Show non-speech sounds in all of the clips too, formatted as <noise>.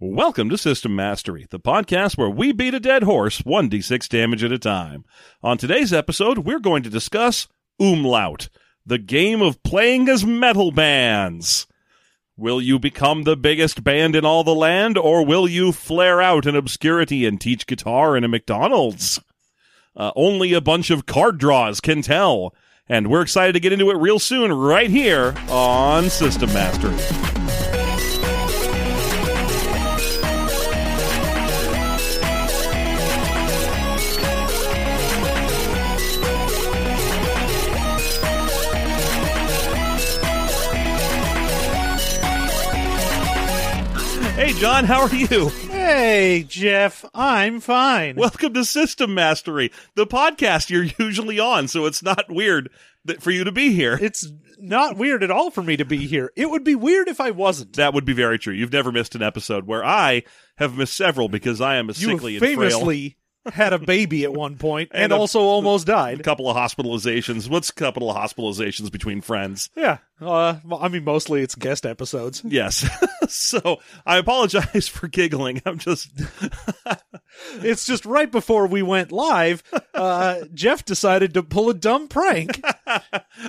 Welcome to System Mastery, the podcast where we beat a dead horse 1d6 damage at a time. On today's episode, we're going to discuss Umlaut, the game of playing as metal bands. Will you become the biggest band in all the land, or will you flare out in obscurity and teach guitar in a McDonald's? Uh, only a bunch of card draws can tell. And we're excited to get into it real soon, right here on System Mastery. Hey, John, how are you? Hey, Jeff, I'm fine. Welcome to System Mastery, the podcast you're usually on, so it's not weird that for you to be here. it's not weird at all for me to be here. It would be weird if I wasn't. That would be very true. You've never missed an episode where I have missed several because I am a You sickly and frail. famously <laughs> had a baby at one point and, And a- also almost died. couple of hospitalizations. What's a couple of hospitalizations between friends? Yeah. Uh, well, I mean, mostly it's guest episodes. Yes. <laughs> so I apologize <laughs> for giggling. I'm just It's just right before we went live, <laughs> uh, Jeff decided to pull a dumb prank.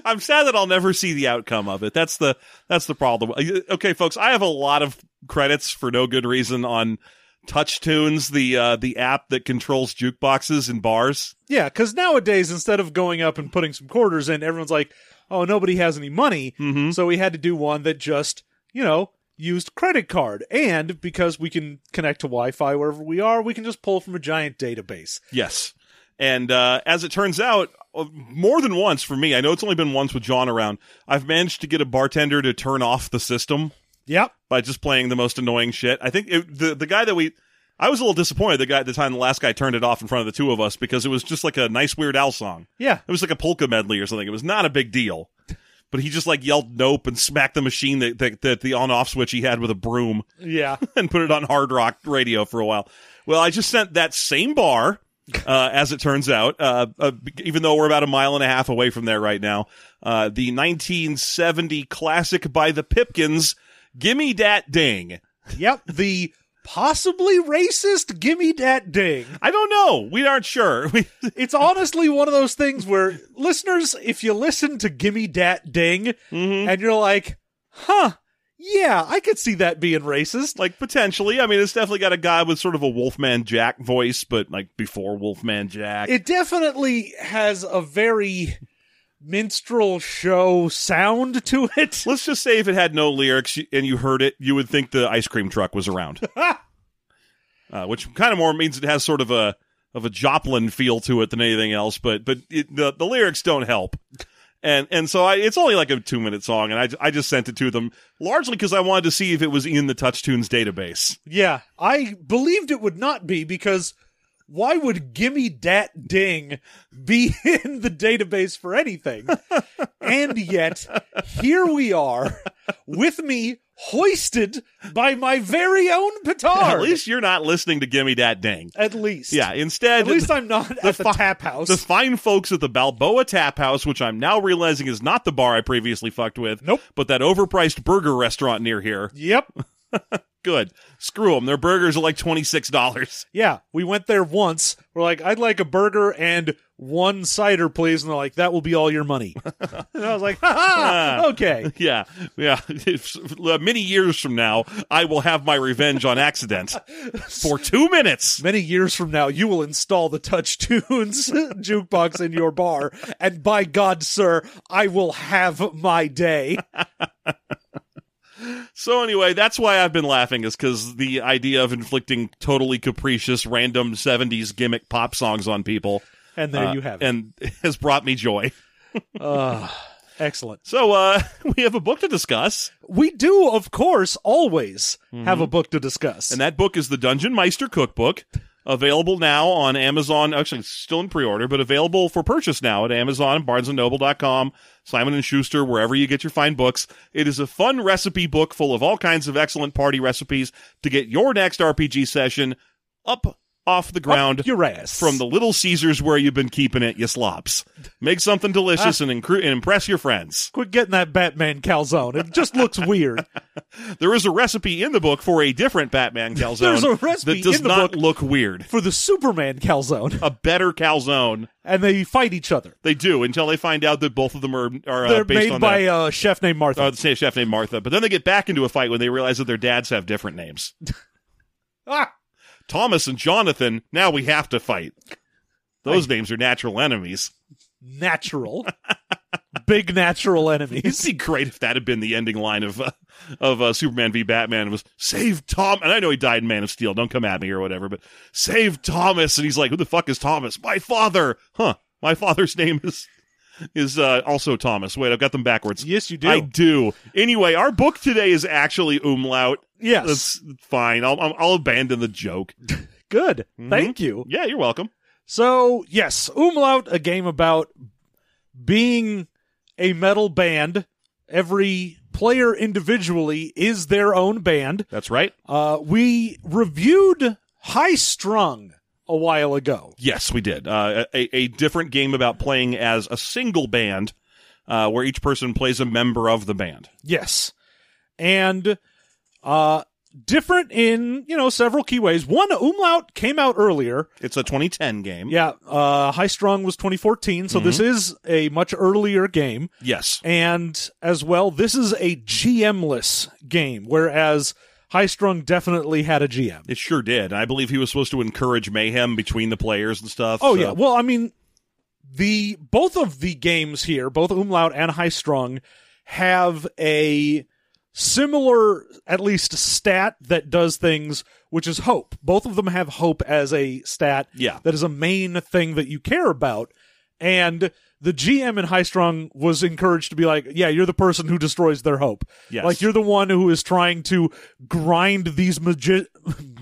I'm sad that I'll never see the outcome of it. That's the that's the problem. Uh, Okay, folks, I have a lot of credits for no good reason on Touch Tunes, the uh, the app that controls jukeboxes and bars. Yeah, because nowadays, instead of going up and putting some quarters in, everyone's like, oh, nobody has any money. Mm-hmm. So we had to do one that just, you know, used credit card. And because we can connect to Wi Fi wherever we are, we can just pull from a giant database. Yes. And uh, as it turns out, uh, more than once for me, I know it's only been once with John around, I've managed to get a bartender to turn off the system Yep. by just playing the most annoying shit. I think it, the the guy that we I was a little disappointed the guy at the time the last guy turned it off in front of the two of us because it was just like a nice Weird Al song. Yeah. It was like a polka medley or something. It was not a big deal. But he just like yelled nope and smacked the machine that, that, that the on off switch he had with a broom <laughs> Yeah. <laughs> and put it on hard rock radio for a while. Well, I just sent that same bar, uh, as it turns out, uh, uh, b- even though we're about a mile and a half away from there right now, uh, the 1970 classic by the Pipkins, Gimme Dat Ding. yep. The possibly racist Gimme Dat Ding. I don't know. We aren't sure. <laughs> We, It's honestly one of those things where listeners, if you listen to Gimme Dat Ding Mhm. and you're like, huh, yeah, I could see that being racist. Like, potentially. I mean, it's definitely got a guy with sort of a Wolfman Jack voice, but like before Wolfman Jack. It definitely has a very minstrel show sound to it. <laughs> Let's just say if it had no lyrics and you heard it, you would think the ice cream truck was around. <laughs> uh, which kind of more means it has sort of a of a Joplin feel to it than anything else. But but it, the the lyrics don't help. And and so I, it's only like a two minute song, and I, ju- I just sent it to them largely because I wanted to see if it was in the Touch Tunes database. Yeah, I believed it would not be because why would Gimme Dat Ding be <laughs> in the database for <laughs> anything? and yet, here we are with me hoisted by my very own petard. At least you're not listening to Gimme Dat Dang. At least. Yeah, instead, At least I'm not at the fi- tap house. the fine folks at the Balboa Tap House, which I'm now realizing is not the bar I previously fucked with, Nope. but that overpriced burger restaurant near here. yep. Good. Screw them. Their burgers are like $26. Yeah, we went there once. We're like, I'd like a burger and one cider, please. And they're like, that will be all your money. <laughs> and I was like, <laughs> ha ha, okay. <laughs> Yeah. Yeah. <laughs> If, uh, many years from now, I will have my revenge on <laughs> accident for two minutes. Many years from now, you will install the Touch Tunes <laughs> jukebox in your bar, and by God, sir, I will have my day. So anyway, that's why I've been laughing is because the idea of inflicting totally capricious, random 70s gimmick pop songs on people And there uh, you have it. and <laughs> has brought me joy. Ah, excellent. So uh, <laughs> we have a book to discuss. We do, of course, always have a book to discuss. Mm-hmm. And that book is the Dungeon Meister Cookbook, available now on Amazon. Actually, it's still in pre-order, but available for purchase now at Amazon, BarnesandNoble.com, Simon and Schuster, wherever you get your fine books. It is a fun recipe book full of all kinds of excellent party recipes to get your next RPG session up off the ground Your ass. from the Little Caesars where you've been keeping it, you slops. Make something delicious Ah. and, incru- and impress your friends. Quit getting that Batman calzone. It just looks <laughs> weird. There is a recipe in the book for a different Batman calzone <laughs> There's a recipe that does in the not book. look weird. For the Superman calzone. A better calzone. And they fight each other. They do until they find out that both of them are, are uh, They're based made on by the, a chef named Martha. uh, the same chef named Martha. But then they get back into a fight when they realize that their dads have different names. ah! Thomas and Jonathan, now we have to fight. Those names are natural enemies. <laughs> Natural. Big natural It'd <laughs> enemies. be great if that had been the ending line of uh, of uh, Superman v Batman was save Tom. And I know he died in Man of Steel. Don't come at me or whatever. But save Thomas, and he's like, who the fuck is Thomas? My father, huh? My father's <laughs> name is is uh, also Thomas. Wait, I've got them backwards. Yes, you do. I do. Anyway, our book today is actually umlaut. yes. That's fine. I'll I'll I'll abandon the joke. Good. Mhm. Thank you. Yeah, you're welcome. So, yes, Umlaut, a game about being a metal band. Every player individually is their own band. That's right. Uh, we reviewed High Strung a while ago. Yes, we did. Uh, a, a different game about playing as a single band, uh, where each person plays a member of the band. Yes. And uh different in, you know, several key ways. One Umlaut came out earlier. It's a 2010 game. Yeah, uh High Strung was 2014, so this is a much earlier game. Yes. And as well, this is a GM-less game whereas High Strung definitely had a GM. It sure did. I believe he was supposed to encourage mayhem between the players and stuff. Oh so- yeah. Well, I mean, the both of the games here, both Umlaut and High Strung, have a similar, at least stat that does things, which is hope. Both of them have hope as a stat Yeah. that is a main thing that you care about, and. The GM in High Strung was encouraged to be like, yeah, you're the person who destroys their hope. Yes. Like, you're the one who is trying to grind these magi- <laughs>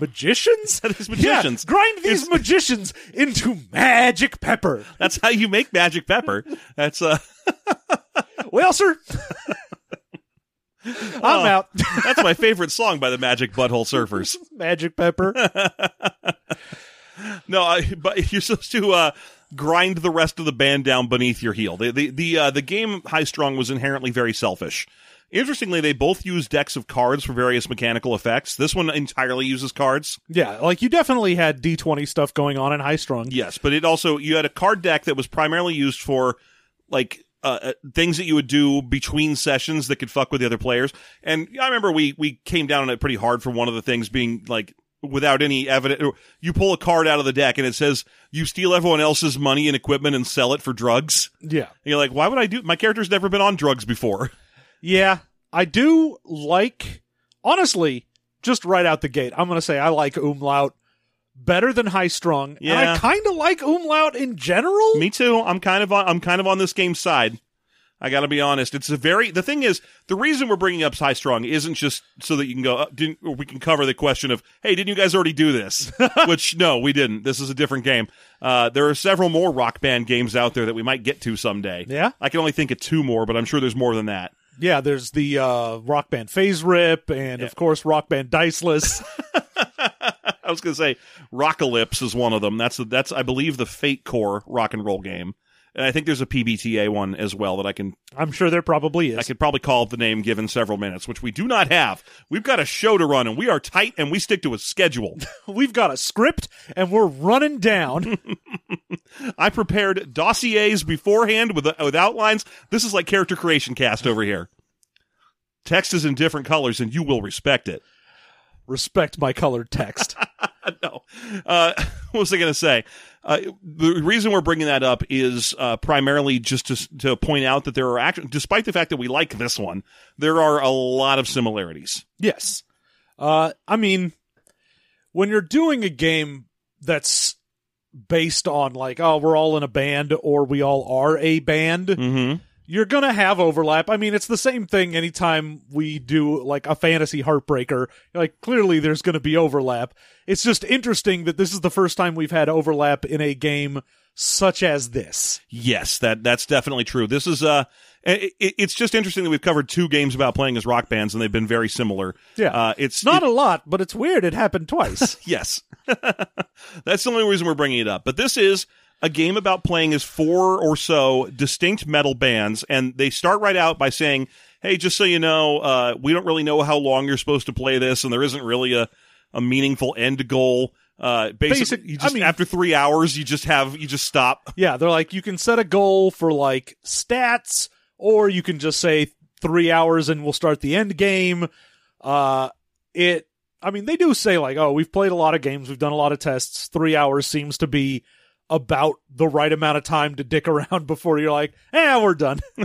<laughs> magicians? These magicians. Yeah, grind these magicians into <laughs> magic pepper. <laughs> That's how you make magic pepper. That's uh <laughs> Well, sir, <laughs> I'm Oh. out. <laughs> that's my favorite song by the Magic Butthole Surfers. <laughs> magic pepper. No, I, but you're supposed to uh, grind the rest of the band down beneath your heel. The the the, uh, the game High Strung was inherently very selfish. Interestingly, they both use decks of cards for various mechanical effects. This one entirely uses cards. yeah, like you definitely had D20 stuff going on in High Strung. Yes, but it also you had a card deck that was primarily used for like uh, uh, things that you would do between sessions that could fuck with the other players. And I remember we we came down on it pretty hard for one of the things being like without any evidence you pull a card out of the deck and it says you steal everyone else's money and equipment and sell it for drugs. Yeah. And you're like, "Why would I do my character's never been on drugs before." Yeah. I do like, honestly, just right out the gate, I'm going to say I like Umlaut better than High Strung. And Yeah. I kind of like Umlaut in general. Me too. I'm kind of on, I'm kind of on this game's side. I got to be honest. It's a very the thing is the reason we're bringing up high strong isn't just so that you can go uh, didn't or we can cover the question of hey didn't you guys already do this? Which no, we didn't. This is a different game. Uh, there are several more rock band games out there that we might get to someday. Yeah? I can only think of two more, but I'm sure there's more than that. <laughs> Yeah, there's the uh, Rock Band Phase Rip and, of course, Rock Band Diceless. <laughs> I was going to say Rockalypse is one of them. That's that's I believe the Fate Core rock and roll game. And I think there's a PBTA one as well that I can I'm sure there probably is. I could probably call the name given several minutes, which we do not have. We've got a show to run, and we are tight, and we stick to a schedule. We've got a script and we're running down. I prepared dossiers beforehand with with outlines. This is like character creation cast over here. Text is in different colors, and you will respect it. <laughs> Respect my colored text. no. Uh, <laughs> what was I going to say? Uh, the reason we're bringing that up is uh, primarily just to, to point out that there are actually, despite the fact that we like this one, there are a lot of similarities. yes. Uh, I mean, when you're doing a game that's based on, like, oh, we're all in a band or we all are a band, Mm-hmm. you're going to have overlap. I mean, it's the same thing anytime we do, like, a fantasy heartbreaker. Like, clearly there's going to be overlap. It's just interesting that this is the first time we've had overlap in a game such as this. Yes, that that's definitely true. This is uh, it, it- it's just interesting that we've covered two games about playing as rock bands, and they've been very similar. Yeah. uh, it's Not it- a lot, but it's weird. It happened twice. yes. <laughs> That's the only reason we're bringing it up. But this is a game about playing as four or so distinct metal bands, and they start right out by saying, "Hey, just so you know, uh, we don't really know how long you're supposed to play this, and there isn't really a a meaningful end goal." Uh, basically, Basic- you I just mean- after three hours, you just have you just stop. Yeah, they're like you can set a goal for like stats, or you can just say three hours and we'll start the end game. Uh, it, I mean, they do say like, oh, we've played a lot of games, we've done a lot of tests. Three hours seems to be about the right amount of time to dick <laughs> around before you're like, eh, we're done. <laughs>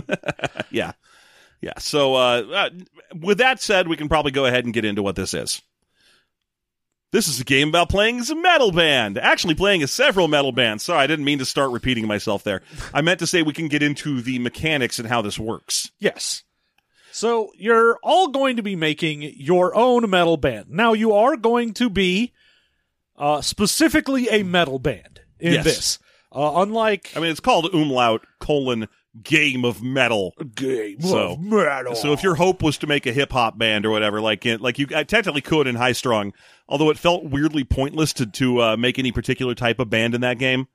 Yeah, yeah. So, uh, uh, with that said, we can probably go ahead and get into what this is. This is a game about playing as a metal band. Actually, playing as several metal bands. Sorry, I didn't mean to start repeating myself there. I meant to say we can get into the mechanics and how this works. Yes. So you're all going to be making your own metal band. Now you are going to be uh, specifically a metal band in Yes. this. Uh, unlike I mean, it's called Umlaut colon game of metal. game So- of metal. So if your hope was to make a hip hop band or whatever, like it, like you I technically could in High Strung, although it felt weirdly pointless to to uh, make any particular type of band in that game.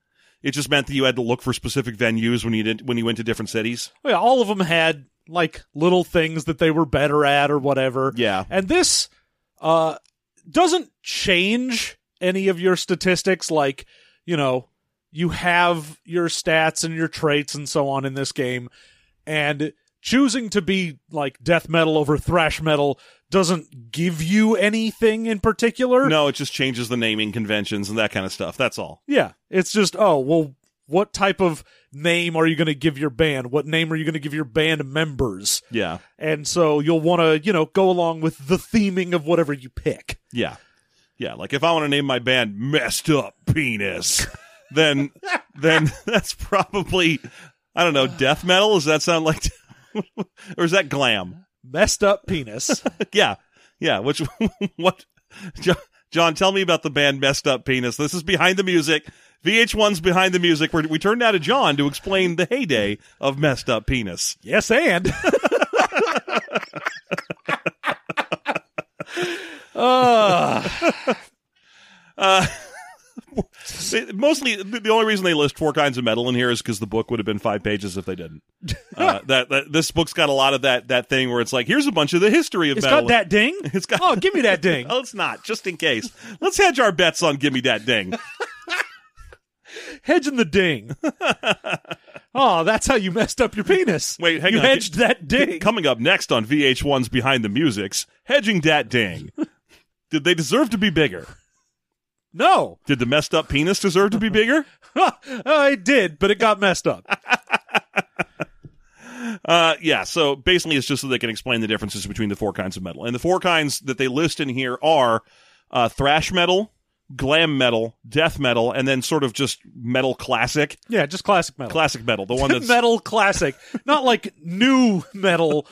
It just meant that you had to look for specific venues when you did when you went to different cities. Well, yeah, all of them had like little things that they were better at or whatever. Yeah, And this uh doesn't change any of your statistics like, you know, you have your stats and your traits and so on in this game and choosing to be like death metal over thrash metal doesn't give you anything in particular. no, it just changes the naming conventions and that kind of stuff. That's all. Yeah, it's just oh well, what type of name are you going to give your band? What name are you going to give your band members? Yeah, And so you'll want to you know go along with the theming of whatever you pick. yeah, yeah. Like if I want to name my band "Messed Up Penis," then <laughs> then that's probably I don't know death metal. Does that sound like? <laughs> or is that glam? Messed <laughs> up penis. Yeah, yeah. Which <laughs> what? Jo- John, tell me about the band Messed Up Penis. This is behind the music. VH1's behind the music. We're, we turned now to John to explain the heyday of Messed Up Penis. yes, and. uh, Uh, they- mostly, the the only reason they list four kinds of metal in here is because the book would have been five pages if they <laughs> didn't. Uh, that, that this book's got a lot of that that thing where it's like, here's a bunch of the history of it's metal. got that ding. <laughs> It's got- oh, give me <laughs> that ding. Oh, it's not. Just in case, let's hedge our bets on "Give Me That Ding." Hedging <laughs> the ding. oh, that's how you messed up your penis. Wait, hang you on. hedged that <laughs> ding. Coming up next on VH1's Behind the Music's Hedging Dat <laughs> Ding. Did they deserve to be bigger? No. <laughs> Did the messed up penis deserve to be bigger? oh, it did, but it got messed up. Uh, yeah, so basically it's just so they can explain the differences between the four kinds of metal. And the four kinds that they list in here are uh, thrash metal, glam metal, death metal, and then sort of just metal classic. Yeah, just classic metal. Classic metal, the one that's. metal classic, not like new metal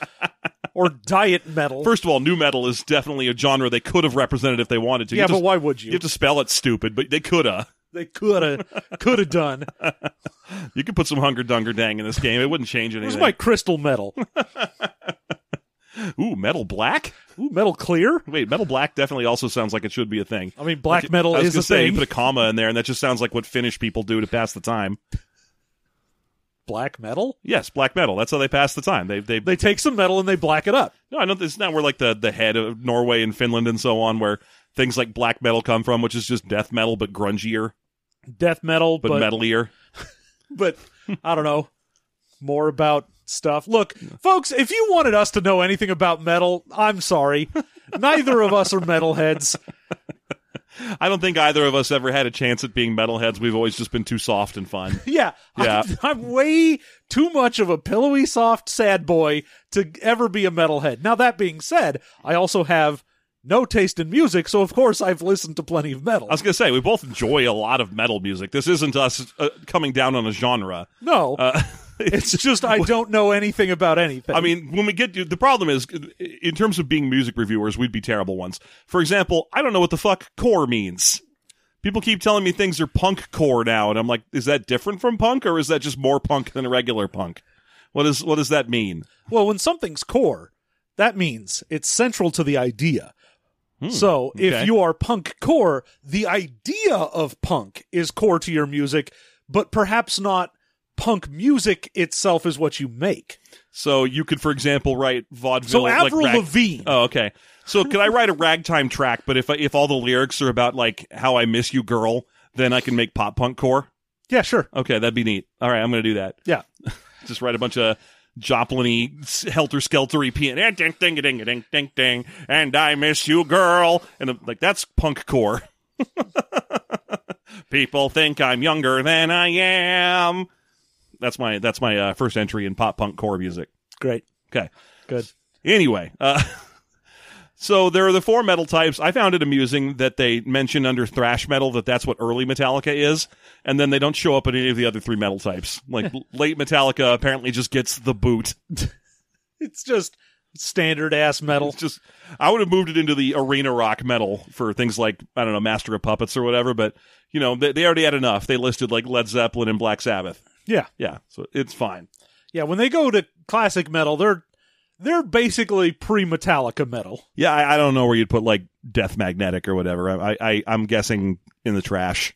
or diet metal. First of all, new metal is definitely a genre they could have represented if they wanted to. You yeah, have to- but why would you you? have to spell it stupid, but they coulda. they could have could <laughs> have done. You could put some hunger dunger dang in this game; it wouldn't change anything. Where's my crystal metal? Ooh, metal black? Ooh, metal clear. Wait, metal black definitely also sounds like it should be a thing. I mean, black metal I was is gonna a say, thing. You put a comma in there, and that just sounds like what Finnish people do to pass the time. black metal. Yes, black metal. That's how they pass the time. They they, They take some metal and they black it up. no, I don't. It's not where like the the head of Norway and Finland and so on, where things like black metal come from, which is just death metal but grungier, Death metal, but, but metalier. but I don't know more about stuff. Look, folks, if you wanted us to know anything about metal, I'm sorry. Neither of us are metalheads. I don't think either of us ever had a chance at being metalheads. We've always just been too soft and <laughs> fun. Yeah, Yeah. I, I'm way too much of a pillowy, soft, sad boy to ever be a metalhead. Now that being said, I also have no taste in music, so of course I've listened to plenty of metal. I was gonna say we both enjoy a lot of metal music. This isn't us uh, coming down on a genre. no, Uh, <laughs> it's just I don't know anything about anything. I mean, when we get to the problem is in terms of being music reviewers, we'd be terrible ones. For example, I don't know what the fuck core means. People keep telling me things are punk core now, and I'm like, is that different from punk, or is that just more punk than regular punk? What is what does that mean? well, when something's core, that means it's central to the idea. So Hmm, okay. if you are punk core, the idea of punk is core to your music, but perhaps not punk music itself is what you make. So you could, for example, write vaudeville. So like Avril rag- Lavigne. Oh, okay. So could I write a ragtime track? But if I- if all the lyrics are about like how I miss you, girl, then I can make pop punk core. yeah, sure. Okay, that'd be neat. All right, I'm gonna do that. Yeah. Just write a bunch of Joplin-y, helter-skeltery piano, ding, ding, ding, ding, ding, ding, and I miss you, girl, and I'm like that's punk core. <laughs> People think I'm younger than I am. That's my that's my uh, first entry in pop punk core music. Great. Okay. Good. Anyway, uh, <laughs> so there are the four metal types. I found it amusing that they mention under thrash metal that that's what early Metallica is, and then they don't show up in any of the other three metal types. Like late Metallica apparently just gets the boot. <laughs> It's just standard ass metal. It's just I would have moved it into the arena rock metal for things like I don't know Master of Puppets or whatever, but you know they, they already had enough. They listed like Led Zeppelin and Black Sabbath. Yeah. Yeah, so it's fine. Yeah, when they go to classic metal, they're they're basically pre-Metallica metal. Yeah, I, I don't know where you'd put like Death Magnetic or whatever. I, I I'm guessing in the trash.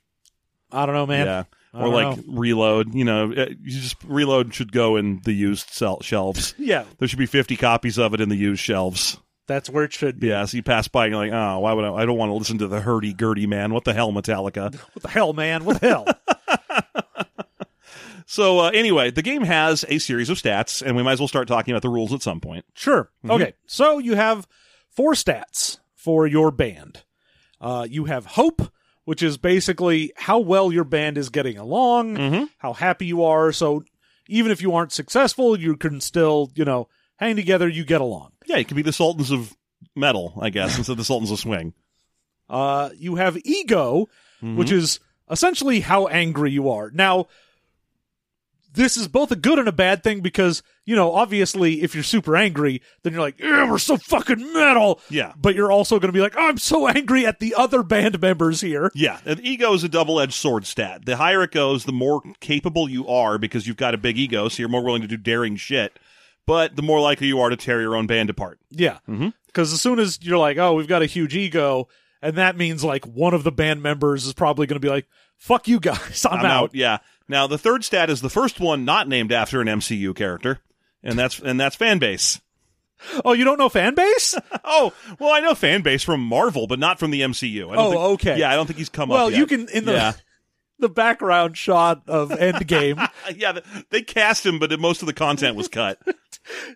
I don't know, man. Yeah. I Or don't like reload, you know, uh, you just reload should go in the used sel- shelves. Yeah, There should be 50 copies of it in the used shelves. that's where it should be. Yeah, so you pass by and you're like, oh, why would I? I don't want to listen to the hurdy gurdy man. What the hell, <laughs> Metallica? What the hell, man? What <laughs> the hell? So, uh, anyway, the game has a series of stats, and we might as well start talking about the rules at some point. Sure. Mhm. Okay. So you have four stats for your band. Uh, you have hope, which is basically how well your band is getting along, Mm-hmm. how happy you are. So even if you aren't successful, you can still, you know, hang together, you get along. Yeah, it could be the Sultans of Metal, I guess, instead of the Sultans of Swing. Uh, you have ego, which is essentially how angry you are. Now, this is both a good and a bad thing because, you know, obviously if you're super angry, then you're like, yeah, we're so fucking metal. Yeah. But you're also going to be like, "Oh, I'm so angry at the other band members here. Yeah, and ego is a double-edged sword stat. The higher it goes, the more capable you are because you've got a big ego, so you're more willing to do daring shit. But the more likely you are to tear your own band apart. Yeah. Mhm. Because as soon as you're like, oh, we've got a huge ego, and that means like one of the band members is probably going to be like, fuck you guys, <laughs> I'm, out. Yeah. Now the third stat is the first one not named after an MCU character, and that's and that's fan base. Oh, you don't know fan base? <laughs> Oh, well, I know fan base from Marvel, but not from the MCU. I don't Oh, think- okay. Yeah, I don't think he's come <laughs> well, up. you yet. can, in the. Yeah. <laughs> The background shot of Endgame <laughs> Uh, yeah, th- they cast him, but most of the content was cut.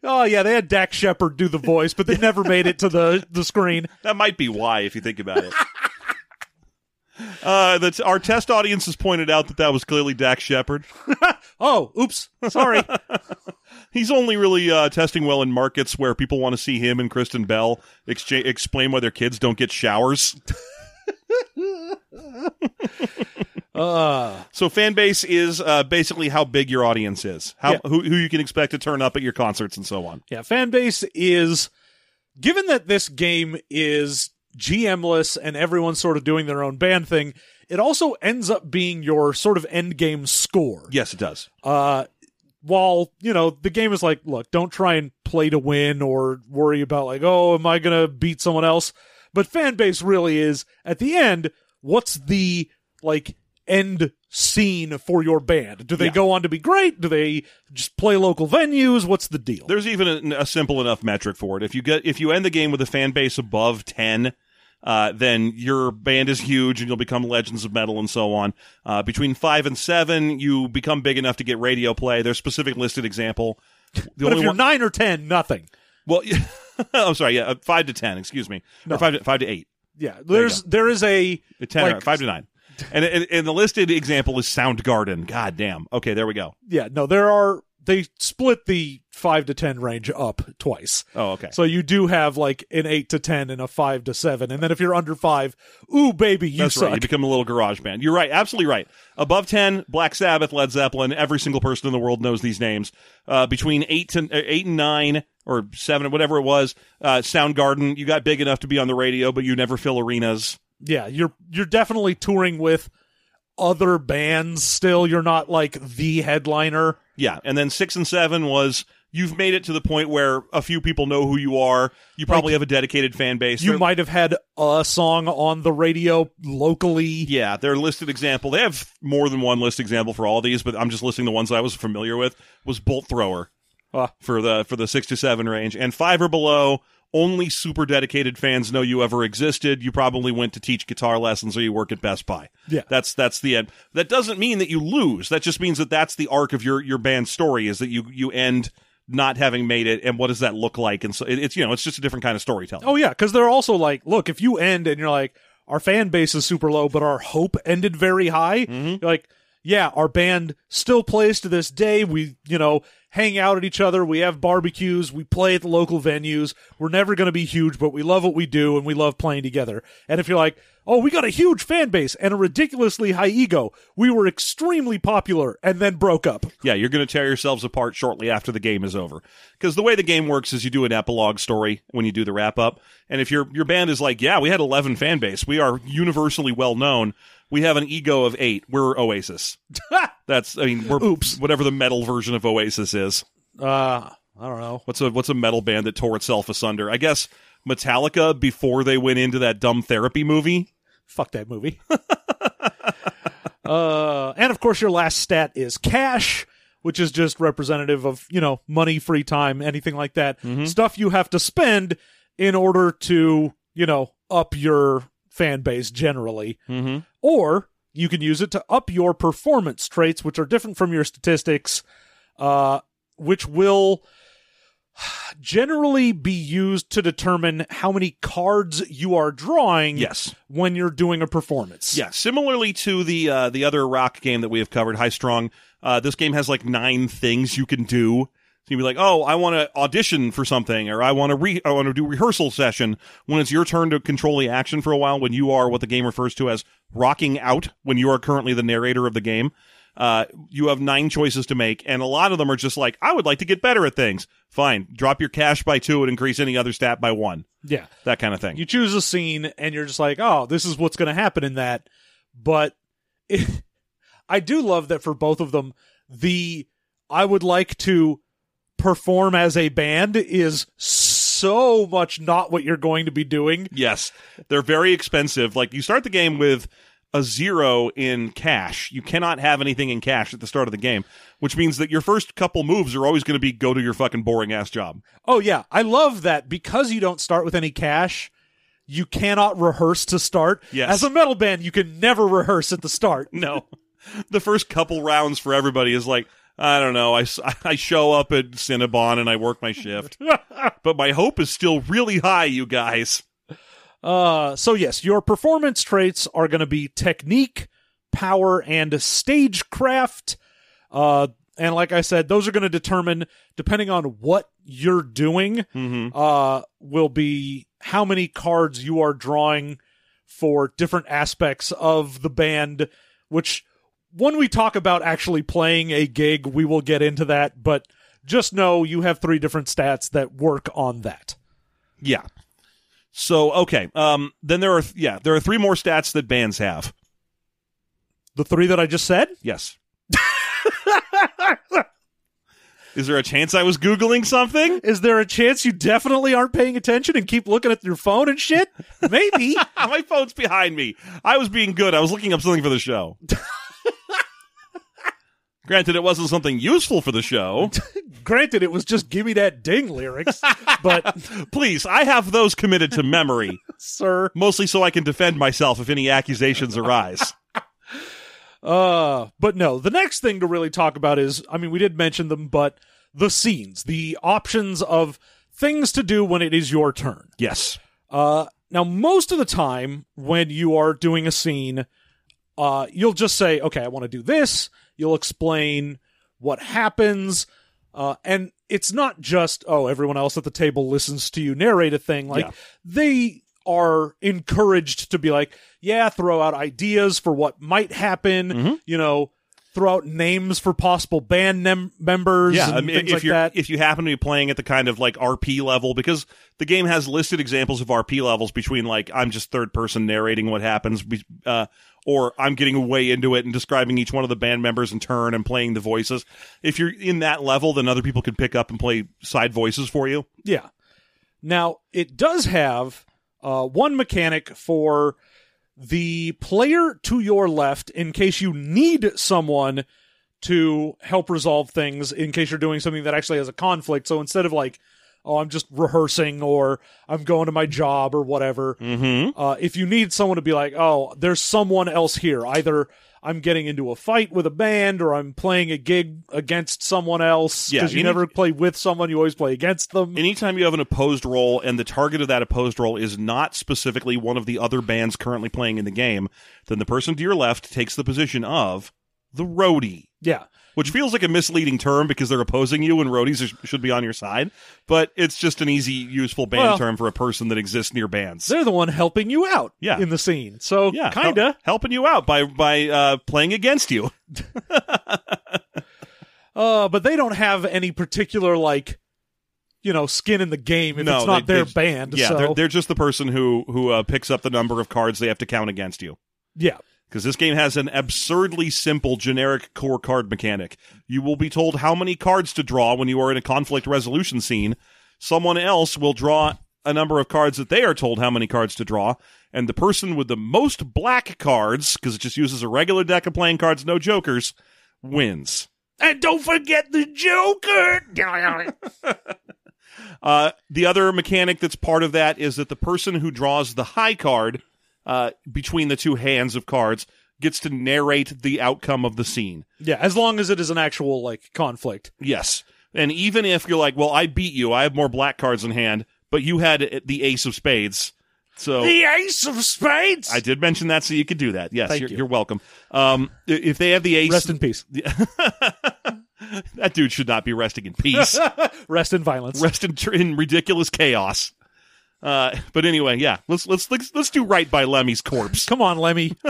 Oh yeah, they had Dak Shepard do the voice, but they never made it to the the screen. That might be why, if you think about it. Uh, that's our test audience has pointed out that that was clearly Dak Shepard. Oh, oops, sorry. He's only really uh, testing well in markets where people want to see him and Kristen Bell exchange, explain why their kids don't get <laughs> showers. Uh, So fan base is uh, basically how big your audience is, how Yeah. who, who you can expect to turn up at your concerts and so on. yeah, fan base is given that this game is GMless and everyone's sort of doing their own band thing. It also ends up being your sort of end game score. Yes, it does. Uh, while you know the game is like, look, don't try and play to win or worry about like, oh, am I gonna beat someone else? But fan base really is at the end. What's the like end scene for your band? Do they Yeah. go on to be great? Do they just play local venues? What's the deal? There's even a, a simple enough metric for it. If you get if you end the game with a fan base above ten, uh, then your band is huge and you'll become legends of metal and so on. Uh, between five and seven, you become big enough to get radio play. There's specific listed example. The but if you're one, nine or ten, nothing. well, <laughs> I'm sorry, yeah, uh, five to ten, excuse me, or five to, five to eight, Yeah, you there's there is a Uh, ten, or Like- five to nine. And, and, and the listed example is Soundgarden. God damn. Okay, there we go. yeah no there are they split the five to ten range up twice. Oh, okay. So you do have like an eight to ten and a five to seven, and then if you're under five, ooh baby, you That's suck. right. You become a little garage band. You're right. Absolutely right. Above 10, Black Sabbath, Led Zeppelin. Every single person in the world knows these names. Uh, between 8 to uh, 8 and 9 or 7 or whatever it was, uh, Soundgarden, you got big enough to be on the radio, but you never fill arenas. Yeah, you're you're definitely touring with other bands still. You're not like the headliner. Yeah. And then 6 and 7 was You've made it to the point where a few people know who you are. You probably have a dedicated fan base. You They're- might have had a song on the radio locally. Yeah, their listed example. They have more than one list example for all these, but I'm just listing the ones I was familiar with. Was bolt thrower Ah. for the for the six to seven range and five or below. Only super dedicated fans know you ever existed. You probably went to teach guitar lessons or you work at Best Buy. Yeah. that's that's the end. That doesn't mean that you lose. That just means that that's the arc of your your band's story is that you you end not having made it. And what does that look like? And so it, it's you know it's just a different kind of storytelling. Oh yeah, because they're also like, look, if you end and you're like, our fan base is super low, but our hope ended very high. You're like, yeah, our band still plays to this day. We, you know, hang out at each other. We have barbecues. We play at the local venues. We're never going to be huge, but we love what we do and we love playing together. And if you're like, oh, we got a huge fan base and a ridiculously high ego, we were extremely popular and then broke up. <laughs> Yeah, you're going to tear yourselves apart shortly after the game is over. Because the way the game works is you do an epilogue story when you do the wrap up, and if your your band is like, yeah, we had 11 fan base, we are universally well known, we have an ego of eight, we're Oasis. Uh, That's I mean, we're Oops. whatever the metal version of Oasis is. Uh, I don't know. What's a what's a metal band that tore itself asunder? I guess Metallica before they went into that dumb therapy movie. fuck that movie. <laughs> uh, and of course, your last stat is cash, which is just representative of you know money, free time, anything like that. Stuff you have to spend in order to you know up your fan base generally, Mm-hmm. or you can use it to up your performance traits, which are different from your statistics, uh, which will generally be used to determine how many cards you are drawing Yes. when you're doing a performance. Yeah, similarly to the uh, the other rock game that we have covered, High Strong. Uh, this game has like nine things you can do. So you'd be like, oh, I want to audition for something, or I want to re- I want to do rehearsal session. When it's your turn to control the action for a while, when you are what the game refers to as rocking out, when you are currently the narrator of the game, uh, you have nine choices to make, and a lot of them are just like, I would like to get better at things. Fine, drop your cash by two and increase any other stat by one. Yeah. That kind of thing. You choose a scene and you're just like, oh, this is what's going to happen in that. But it, <laughs> I do love that for both of them, the I would like to perform as a band is so much not what you're going to be doing. Yes. They're very expensive. Like you start the game with a zero in cash. You cannot have anything in cash at the start of the game, which means that your first couple moves are always going to be go to your fucking boring ass job. Oh, yeah. I love that because you don't start with any cash. You cannot rehearse to start. Yes. As a metal band, you can never rehearse at the start. No. <laughs> the first couple rounds for everybody is like, I don't know. I, s- <laughs> I show up at Cinnabon and I work my shift. but my hope is still really high, you guys. Uh, so yes, your performance traits are going to be technique, power, and stagecraft. Uh, and like I said, those are going to determine, depending on what you're doing, Mm-hmm. uh, will be how many cards you are drawing for different aspects of the band. Which, when we talk about actually playing a gig, we will get into that. But just know you have three different stats that work on that. Yeah. So, okay. Um, then there are, th- yeah, there are three more stats that bands have. The three that I just said. Yes. Is there a chance I was Googling something? Is there a chance you definitely aren't paying attention and keep looking at your phone and shit? Maybe. Ah, my phone's behind me. I was being good. I was looking up something for the show. Granted, it wasn't something useful for the show. Granted, it was just give me that ding lyrics, but Please, I have those committed to memory, sir. mostly so I can defend myself if any accusations arise. Uh, but no, the next thing to really talk about is I mean, we did mention them, but the scenes, the options of things to do when it is your turn. Yes. Uh, now, most of the time when you are doing a scene, uh, you'll just say, okay, I want to do this. You'll explain what happens. Uh, and it's not just, oh, everyone else at the table listens to you narrate a thing. Like, Yeah. they are encouraged to be like, yeah, throw out ideas for what might happen, Mhm. you know. throw out names for possible band nem- members Yeah, and I mean, things if like you're that. if you happen to be playing at the kind of like RP level, because the game has listed examples of RP levels between like I'm just third person narrating what happens, be- uh, or I'm getting way into it and describing each one of the band members in turn and playing the voices. If you're in that level, then other people can pick up and play side voices for you. Yeah. Now, it does have uh, one mechanic for the player to your left in case you need someone to help resolve things, in case you're doing something that actually has a conflict. So instead of like, oh, I'm just rehearsing or I'm going to my job or whatever, Mm-hmm. uh, if you need someone to be like, oh, there's someone else here, either I'm getting into a fight with a band or I'm playing a gig against someone else Yeah, because you, you need- never play with someone, you always play against them. Anytime you have an opposed role and the target of that opposed role is not specifically one of the other bands currently playing in the game, then the person to your left takes the position of the roadie. yeah. which feels like a misleading term because they're opposing you and roadies are- should be on your side. But it's just an easy, useful band Well- term for a person that exists near bands. they're the one helping you out Yeah. in the scene. So Yeah, hel- kinda. helping you out by by uh, playing against you. Uh, but they don't have any particular like you know skin in the game if No, it's not they- their they- band. Yeah, <laughs> so they're, they're just the person who who uh, picks up the number of cards they have to count against you. yeah, Because this game has an absurdly simple generic core card mechanic. You will be told how many cards to draw when you are in a conflict resolution scene. Someone else will draw a number of cards that they are told how many cards to draw. And the person with the most black cards, because it just uses a regular deck of playing cards, no jokers, wins. and don't forget the Joker. Uh, the other mechanic that's part of that is that the person who draws the high card uh, between the two hands of cards gets to narrate the outcome of the scene. yeah, as long as it is an actual like conflict. Yes. And even if you're like, well, I beat you, I have more black cards in hand, but you had the ace of spades. So Ace of Spades. I did mention that, so you could do that. Yes, Thank you're, you. are welcome. Um, i- if they have the ace, Rest in peace. that dude should not be resting in <laughs> peace. Rest in violence. Rest in, tr- in ridiculous chaos. Uh, but anyway, yeah, let's let's let's let's do right by Lemmy's corpse. Come on, Lemmy. <laughs>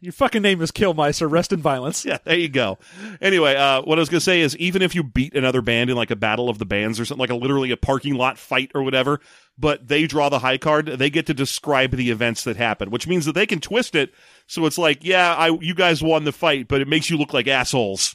Your fucking name is Killmeister. Rest in <laughs> violence. Yeah, there you go. Anyway, uh, what I was gonna say is, even if you beat another band in like a battle of the bands or something, like a literally a parking lot fight or whatever, but they draw the high card, they get to describe the events that happen, which means that they can twist it. So it's like, yeah, I you guys won the fight, but it makes you look like assholes.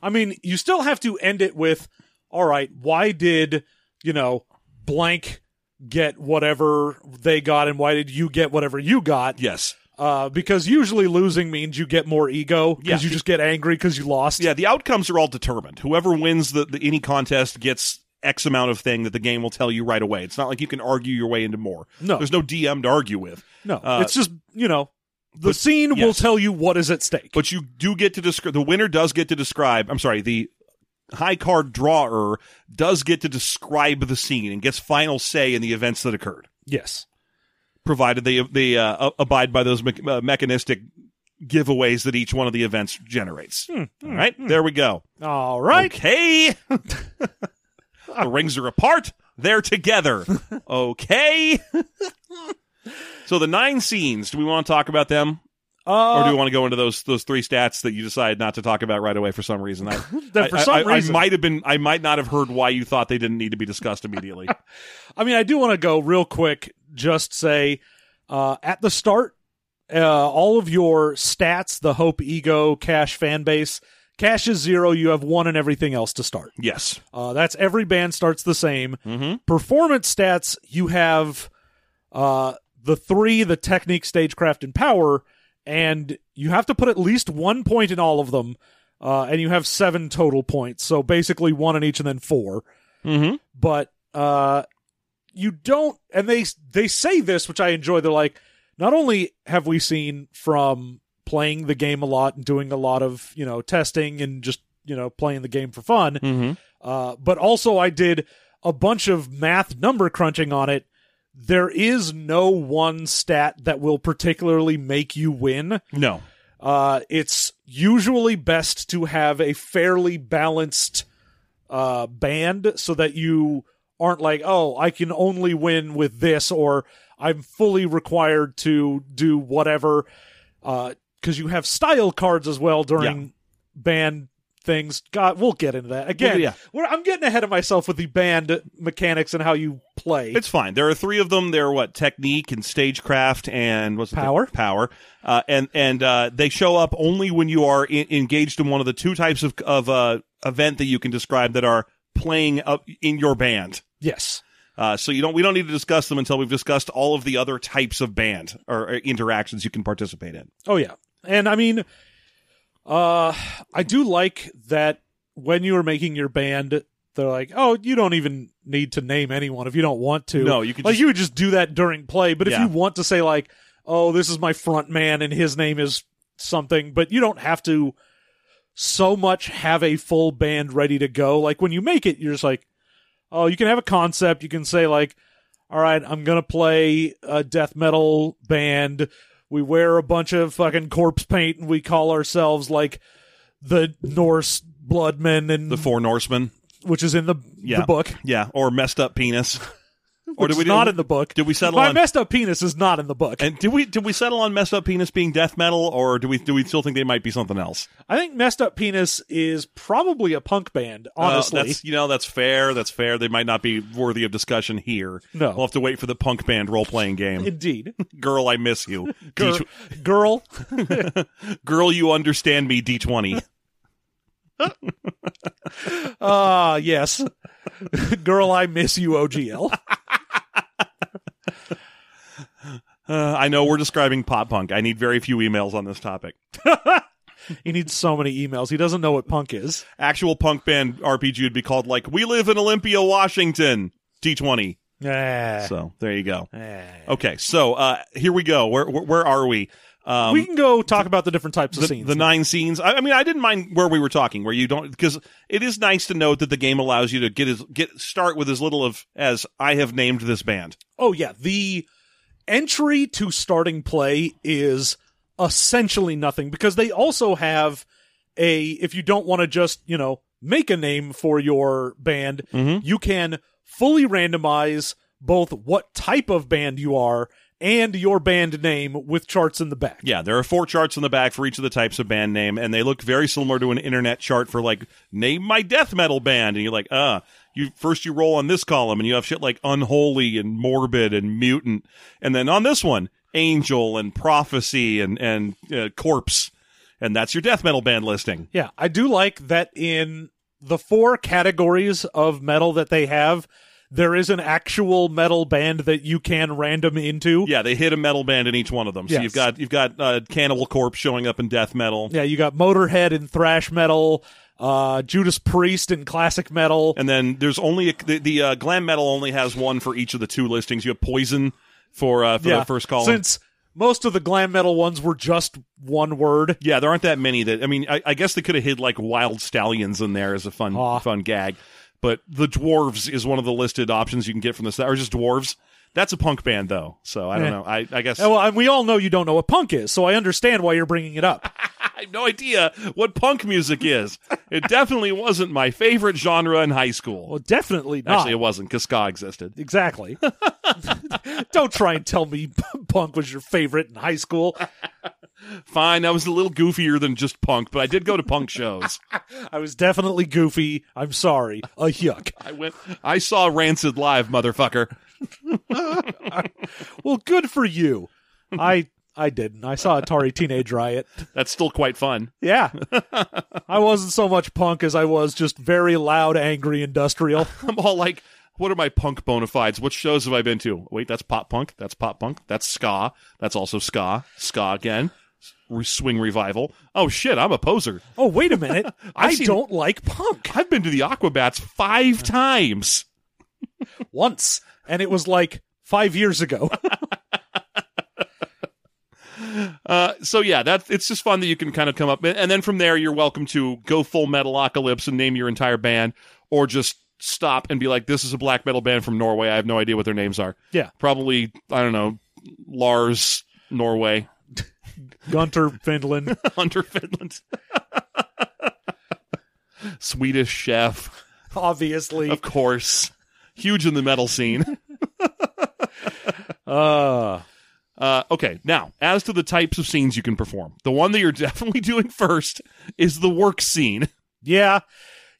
I mean, you still have to end it with, all right, why did, you know, blank get whatever they got and why did you get whatever you got? Yes. Uh, because usually losing means you get more ego Yeah. because you just get angry because you lost. Yeah, the outcomes are all determined. Whoever wins the, the any contest gets X amount of thing that the game will tell you right away. It's not like you can argue your way into more. No. There's no DM to argue with. No, Uh, it's just, you know, the scene will yes. tell you what is at stake. But you do get to describe the winner does get to describe. I'm sorry, the high card drawer does get to describe the scene and gets final say in the events that occurred, yes. provided they they uh, abide by those me- uh, mechanistic giveaways that each one of the events generates. All right, there we go. All right. Okay, the rings are apart. They're together. Okay. so the nine scenes. Do we want to talk about them? Uh, or do you want to go into those those three stats that you decided not to talk about right away for some reason? <laughs> I, That for I- some I- I reason- might have been I might not have heard why you thought they didn't need to be discussed <laughs> immediately. I mean, I do want to go real quick. Just say uh, at the start, uh, all of your stats, the hope, ego, cash, fan base, cash is zero. You have one and everything else to start. yes. Uh, that's every band starts the same. Mm-hmm. Performance stats, you have uh, the three, the technique, stagecraft, and power, and you have to put at least one point in all of them. Uh, and you have seven total points, so basically one in each, and then four Mm-hmm. but uh you don't and they they say this which i enjoy they're like not only have we seen from playing the game a lot and doing a lot of you know testing and just you know playing the game for fun Mm-hmm. uh but also i did a bunch of math number crunching on it there is no one stat that will particularly make you win No. uh, it's usually best to have a fairly balanced uh, band so that you aren't like, oh, I can only win with this, or I'm fully required to do whatever. Because because uh, you have style cards as well during band things. God, we'll get into that again. Well, yeah. we're, I'm getting ahead of myself with the band mechanics and how you play. It's fine. There are three of them. They're what technique and stagecraft and what's the Power. thing? power, uh, and and uh, they show up only when you are in- engaged in one of the two types of of uh, event that you can describe that are playing up in your band. yes, Uh, so you don't we don't need to discuss them until we've discussed all of the other types of band or, or interactions you can participate in. Oh yeah. And I mean uh I do like that when you were making your band they're like, "Oh, you don't even need to name anyone if you don't want to." No, you could like just- you would just do that during play, but if Yeah. you want to say like, "Oh, this is my front man and his name is something," but you don't have to so much have a full band ready to go. Like when you make it, you're just like, "Oh, you can have a concept, you can say like, all right, I'm gonna play a death metal band. We wear a bunch of fucking corpse paint and we call ourselves like the Norse Bloodmen, and The Four Norsemen, which is in the, Yeah. the book. yeah, or messed up <laughs> penis, or Which did we is not do, in the book. did we settle My on messed up penis is not in the book. and did we did we settle on messed up penis being death metal, or do we do we still think they might be something else? I think messed up penis is probably a punk band. Uh, Honestly, that's you know that's fair. That's fair. They might not be worthy of discussion here. No. we'll have to wait for the punk band role playing game. <laughs> <laughs> indeed, Girl, I miss <laughs> you. Gir- D- girl. Girl, you understand me. D <laughs> twenty. Ah, yes, <laughs> girl. I miss <laughs> you, OGL. Uh, I know we're describing pop punk. I need very few emails on this topic. he needs so many emails. He doesn't know what punk is. Actual punk band RPG would be called like "We Live in Olympia, Washington." D twenty. Ah. So there you go. Ah. Okay, so uh, here we go. Where where, where are we? Um, we can go talk about the different types of the, scenes. the nine scenes. I, I mean, I didn't mind where we were talking, where you don't, because it is nice to note that the game allows you to get as get start with as little of as I have named this band. oh yeah, the entry to starting play is essentially nothing because they also have a if you don't want to just, you know, make a name for your band, Mm-hmm. you can fully randomize both what type of band you are and your band name with charts in the back. Yeah, there are four charts on the back for each of the types of band name, and they look very similar to an internet chart for like name my death metal band, and you're like, uh, you first you roll on this column, and you have shit like unholy and morbid and mutant, and then on this one, angel and prophecy and and uh, corpse, and that's your death metal band listing. Yeah, I do like that in the four categories of metal that they have, there is an actual metal band that you can random into. Yeah, they hit a metal band in each one of them. So Yes. you've got you've got uh, Cannibal Corpse showing up in death metal, Yeah, you got Motorhead in thrash metal, uh, Judas Priest in classic metal. and then there's only a, the, the uh, glam metal only has one for each of the two listings. You have Poison for uh, for yeah, the first column. Since most of the glam metal ones were just one word. yeah, there aren't that many. That I mean, I, I guess they could have hid like Wild Stallions in there as a fun Aw. fun gag. But the dwarves is one of the listed options you can get from this, or just dwarves. That's a punk band though, so I don't Eh. know. I, I guess And, well, and we all know you don't know what punk is, so I understand why you're bringing <laughs> it up. I have no idea what punk music is. it <laughs> definitely wasn't my favorite genre in high school. Well, definitely not. Actually, it wasn't because ska existed. Exactly. <laughs> don't try and tell me <laughs> punk was your favorite in <laughs> high school. Fine, I was a little goofier than just punk, but I did go to <laughs> punk shows. I was definitely goofy. I'm sorry. A yuck. I went, I saw Rancid live, motherfucker. Well, good <laughs> for you. I I didn't. I saw Atari Teenage Riot. That's still quite fun. <laughs> Yeah. I wasn't so much punk as I was just very loud, angry, industrial. I'm all like, what are my punk bona fides? What shows have I been to? Wait, that's pop punk. That's pop punk. That's ska. That's also ska. Ska again. Re- swing revival. Oh shit, I'm a poser. Oh, wait a <laughs> minute. I seen- don't like punk. I've been to the Aquabats five times. Once. And it was like five <laughs> years ago. Uh, so yeah, that's it's just fun that you can kind of come up, and then from there you're welcome to go full metal apocalypse and name your entire band, or just stop and be like, this is a black metal band from Norway. I have no idea what their names are. Yeah. probably I don't know, Lars Norway <laughs> Gunter Findland. under Finland, Swedish Chef, Obviously. of course, huge in the metal scene. Uh Uh, okay, now as to the types of scenes you can perform, the one that you're <laughs> definitely doing first is the work scene. Yeah.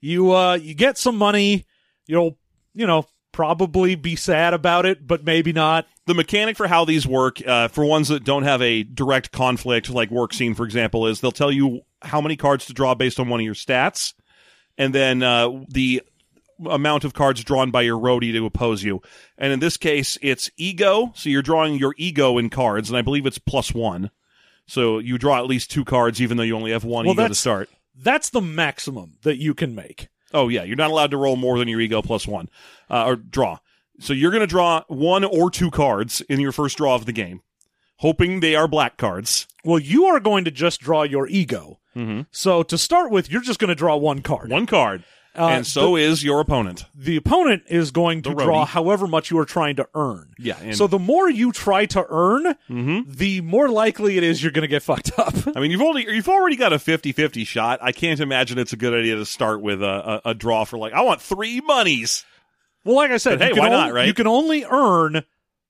You uh you get some money, you'll you know, probably be sad about it, but maybe not. The mechanic for how these work, uh, for ones that don't have a direct conflict, like work scene, for example, is they'll tell you how many cards to draw based on one of your stats, and then uh, the amount of cards drawn by your roadie to oppose you. And in this case, it's ego. So you're drawing your ego in cards, and I believe it's plus one. So you draw at least two cards, even though you only have one Well, ego to that's- start. That's the maximum that you can make. Oh yeah, you're not allowed to roll more than your ego plus one, uh, or draw. So you're going to draw one or two cards in your first draw of the game, hoping they are black cards. Well, you are going to just draw your ego. Mm-hmm. So to start with, you're just going to draw one card. One card, Uh, and so is your opponent. the opponent is going to The roadie. draw however much you are trying to earn. Yeah. And, so the more you try to earn, Mhm. the more likely it is you're going to get fucked up. <laughs> I mean, you've only you've already got a 50-50 shot. I can't imagine it's a good idea to start with a, a, a draw for like I want three monies. well, like I said, But hey, you can why only, not, right? You can only earn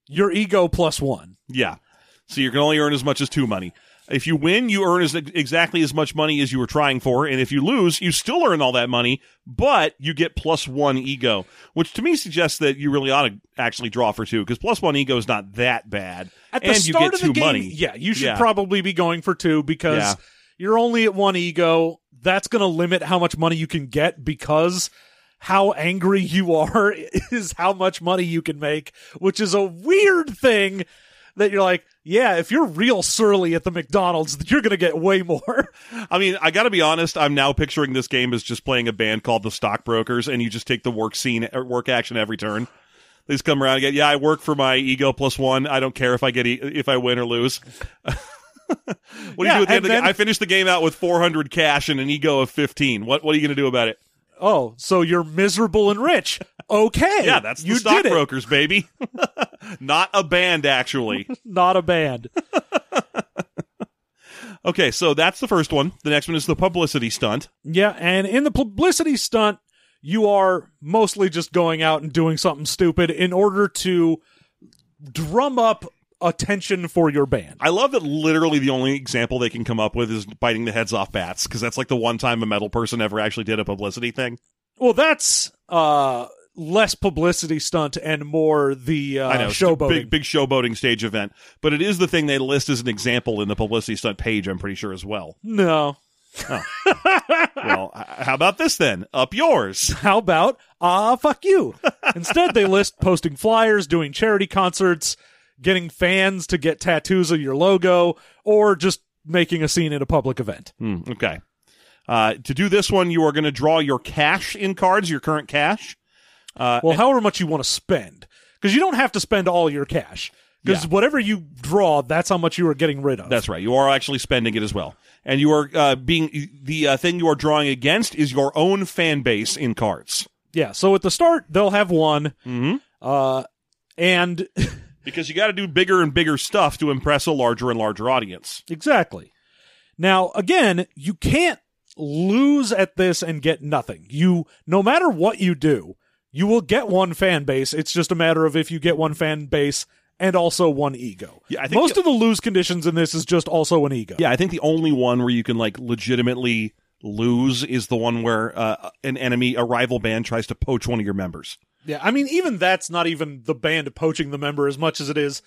your ego plus one. Yeah. So you can only earn as much as two money. If you win, you earn as exactly as much money as you were trying for, and if you lose, you still earn all that money, but you get plus one ego, which to me suggests that you really ought to actually draw for two because plus one ego is not that bad, At the and start you get of two the game, money. yeah, you should Yeah. probably be going for two because Yeah. you're only at one ego. That's going to limit how much money you can get because how angry you are <laughs> is how much money you can make, which is a weird thing that you're like, yeah, if you're real surly at the McDonald's, <laughs> you're going to get way more. <laughs> I mean, I got to be honest. I'm now picturing this game as just playing a band called the Stockbrokers, and you just take the work scene, or work action every turn. They just come around and get, yeah, I work for my ego plus one. I don't care if I get e- if I win or lose. <laughs> what do you Yeah, do at the end and of the game? then- I finished the game out with 400 cash and an ego of 15. What what are you going to do about it? oh, so you're miserable and rich. Okay. Yeah, that's you the did it. Stockbrokers, baby. <laughs> Not a band, actually. Not a band. Okay, so that's the first one. The next one is the publicity stunt. Yeah, and in the publicity stunt, you are mostly just going out and doing something stupid in order to drum up attention for your band. I love that literally the only example they can come up with is biting the heads off bats because that's like the one time a metal person ever actually did a publicity thing. Well, that's uh less publicity stunt and more the uh I know, it's a showboating. big big showboating stage event, but it is the thing they list as an example in the publicity stunt page. I'm pretty sure as <laughs> well. no. well, h- how about this then? Up yours. How about ah <laughs> fuck you? Instead they list posting flyers, doing charity concerts, getting fans to get tattoos of your logo or just making a scene at a public event. Hmm, okay. Uh, to do this one, you are going to draw your cash in cards, your current cash. Well, however much you want to spend, because you don't have to spend all your cash. Because Yeah. whatever you draw, that's how much you are getting rid of. That's right. You are actually spending it as well. And you are uh, being the uh, thing you are drawing against is your own fan base in cards. yeah. So at the start, they'll have one, Mhm. uh, and <laughs> because you got to do bigger and bigger stuff to impress a larger and larger audience. exactly. Now, again, you can't lose at this and get nothing. You, no matter what you do, you will get one fan base. It's just a matter of if you get one fan base and also one ego. Yeah, I think Most of the lose conditions in this is just also an ego. Yeah, I think the only one where you can like legitimately lose is the one where uh, an enemy, a rival band, tries to poach one of your members. Yeah, I mean, even that's not even the band poaching the member as much as it is.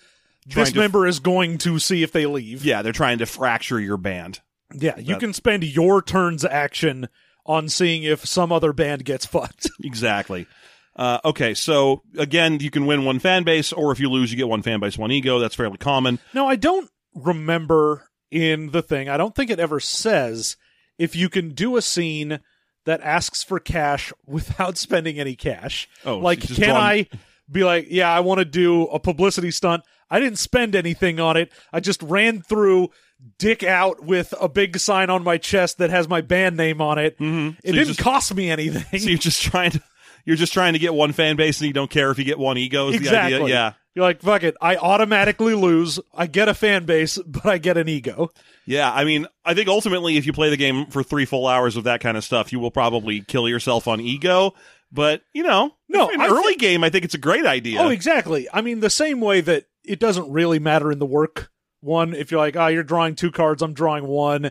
Trying this to- member is going to see if they leave. Yeah, they're trying to fracture your band. Yeah, you That- can spend your turn's action on seeing if some other band gets fucked. Exactly. Uh, okay, so again, you can win one fan base, or if you lose, you get one fan base, one ego. That's fairly common. no, I don't remember in the thing. I don't think it ever says if you can do a scene that asks for cash <laughs> without spending any cash. Oh, like it's can just drawn- I be like, yeah, I want to do a publicity stunt. I didn't spend anything on it. I just ran through dick out with a big sign on my chest that has my band name on it. Mhm. It So you didn't just- cost <laughs> me anything. So you're just trying to you're just trying to get one fan base, and you don't care if you get one ego. Is exactly. the idea? Yeah. You're like, fuck it. I automatically lose. I get a fan base, <laughs> but I get an ego. Yeah, I mean, I think ultimately, if you play the game for three full hours of that kind of stuff, you will probably kill yourself on ego. But you know, No, in I early think- game, I think it's a great idea. Oh, exactly. I mean, the same way that it doesn't really matter in the work one. If you're like, ah, you're drawing two cards, I'm drawing one.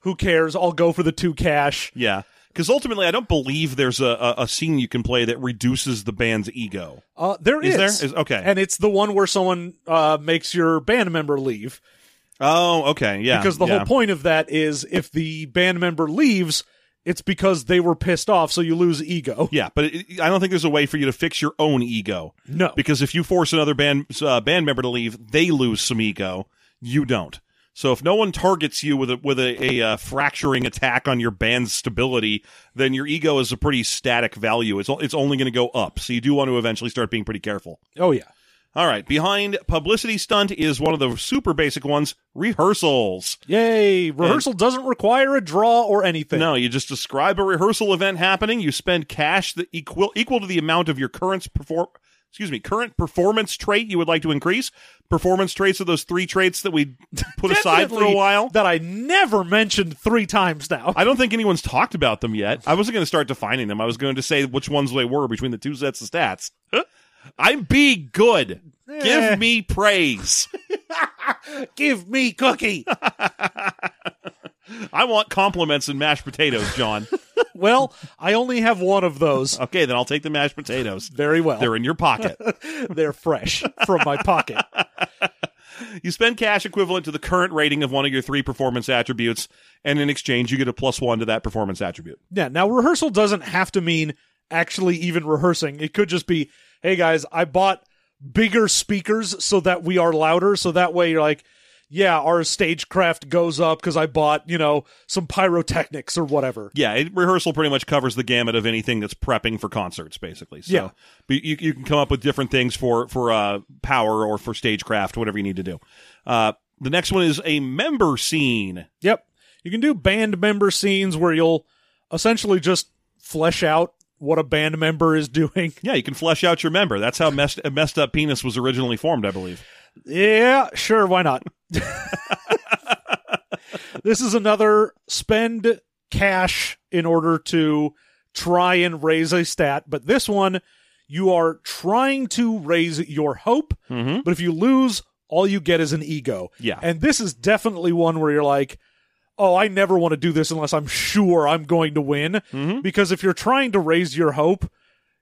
Who cares? I'll go for the two cash. Yeah. Because ultimately, I don't believe there's a, a, a scene you can play that reduces the band's ego. Uh, there Is is, there? Is- okay. and it's the one where someone uh, makes your band member leave. oh, okay. Yeah. because the yeah. whole point of that is if the band member leaves it's because they were pissed off so you <laughs> lose ego Yeah, but it, I don't think there's a way for you to fix your own ego. no because if you force another band uh, band member to leave, they lose some ego. You don't. So if no one targets you with a with a, a uh, fracturing attack on your band's stability, then your ego is a pretty static value. It's o- it's only going to go up. So you do want to eventually start being pretty careful. oh yeah All right, behind publicity stunt is one of the super basic ones: rehearsals. yay rehearsal doesn't require a draw or anything No, you just describe a rehearsal event happening. You spend cash that equal equal to the amount of your current perform excuse me current performance trait you would like to increase. Performance traits are those three traits that <laughs> we put aside for a Definitely while. that i never mentioned three <laughs> times now I don't think anyone's talked about them yet. I wasn't going to start defining them. I was going to say which ones they were between the two sets of stats. I'm be good. Eh. Give me praise. give me cookie I want compliments and mashed potatoes, John. well i only have one of those Okay, then I'll take the mashed potatoes. Uh, very well They're in your pocket. they're fresh from my pocket You spend cash equivalent to the current rating of one of your three performance attributes, and in exchange, you get a plus one to that performance attribute. Yeah, now rehearsal doesn't have to mean actually even rehearsing. It could just be, hey guys, I bought bigger speakers so that we are louder. So that way you're like, yeah, our stagecraft goes up because I bought, you know, some pyrotechnics or whatever. Yeah, it, rehearsal pretty much covers the gamut of anything that's prepping for concerts, basically. So, Yeah. but you, you can come up with different things for for uh, power or for stagecraft, whatever you need to do. Uh, the next one is a member scene. Yep. You can do band member scenes where you'll essentially just flesh out what a band member is doing. Yeah, you can flesh out your member. That's how messed messed up penis was originally formed, I believe. Yeah, sure, why not? this is another spend cash in order to try and raise a stat, but this one you are trying to raise your hope, Mm-hmm. but if you lose, all you get is an ego. Yeah, And this is definitely one where you're like, "Oh, I never want to do this unless I'm sure I'm going to win." Mhm. Because if you're trying to raise your hope,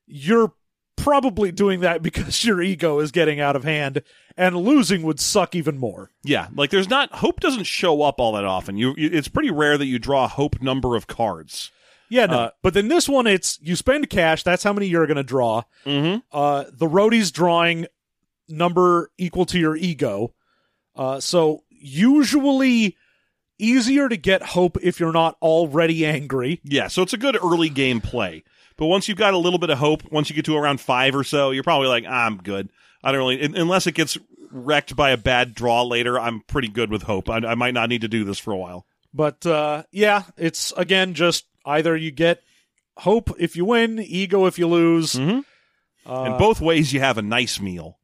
you're probably doing that because your ego is getting out of hand and losing would suck even more. yeah. Like, there's not hope doesn't show up all that often. You, you it's pretty rare that you draw a hope number of cards. Yeah, no. Uh, but then this one it's you spend cash, that's how many you're going to draw. Mm-hmm. Uh the roadie's drawing number equal to your ego. Uh so usually easier to get hope if you're not already <laughs> angry. Yeah, so it's a good early game play. But once you've got a little bit of hope, once you get to around five or so, you're probably like, ah, I'm good. I don't really, un- unless it gets wrecked by a bad draw later, I'm pretty good with hope. I, I might not need to do this for a while. But uh, yeah, it's again just either you get hope if you win, ego if you lose. Mhm. Uh, and both ways, you have a nice meal.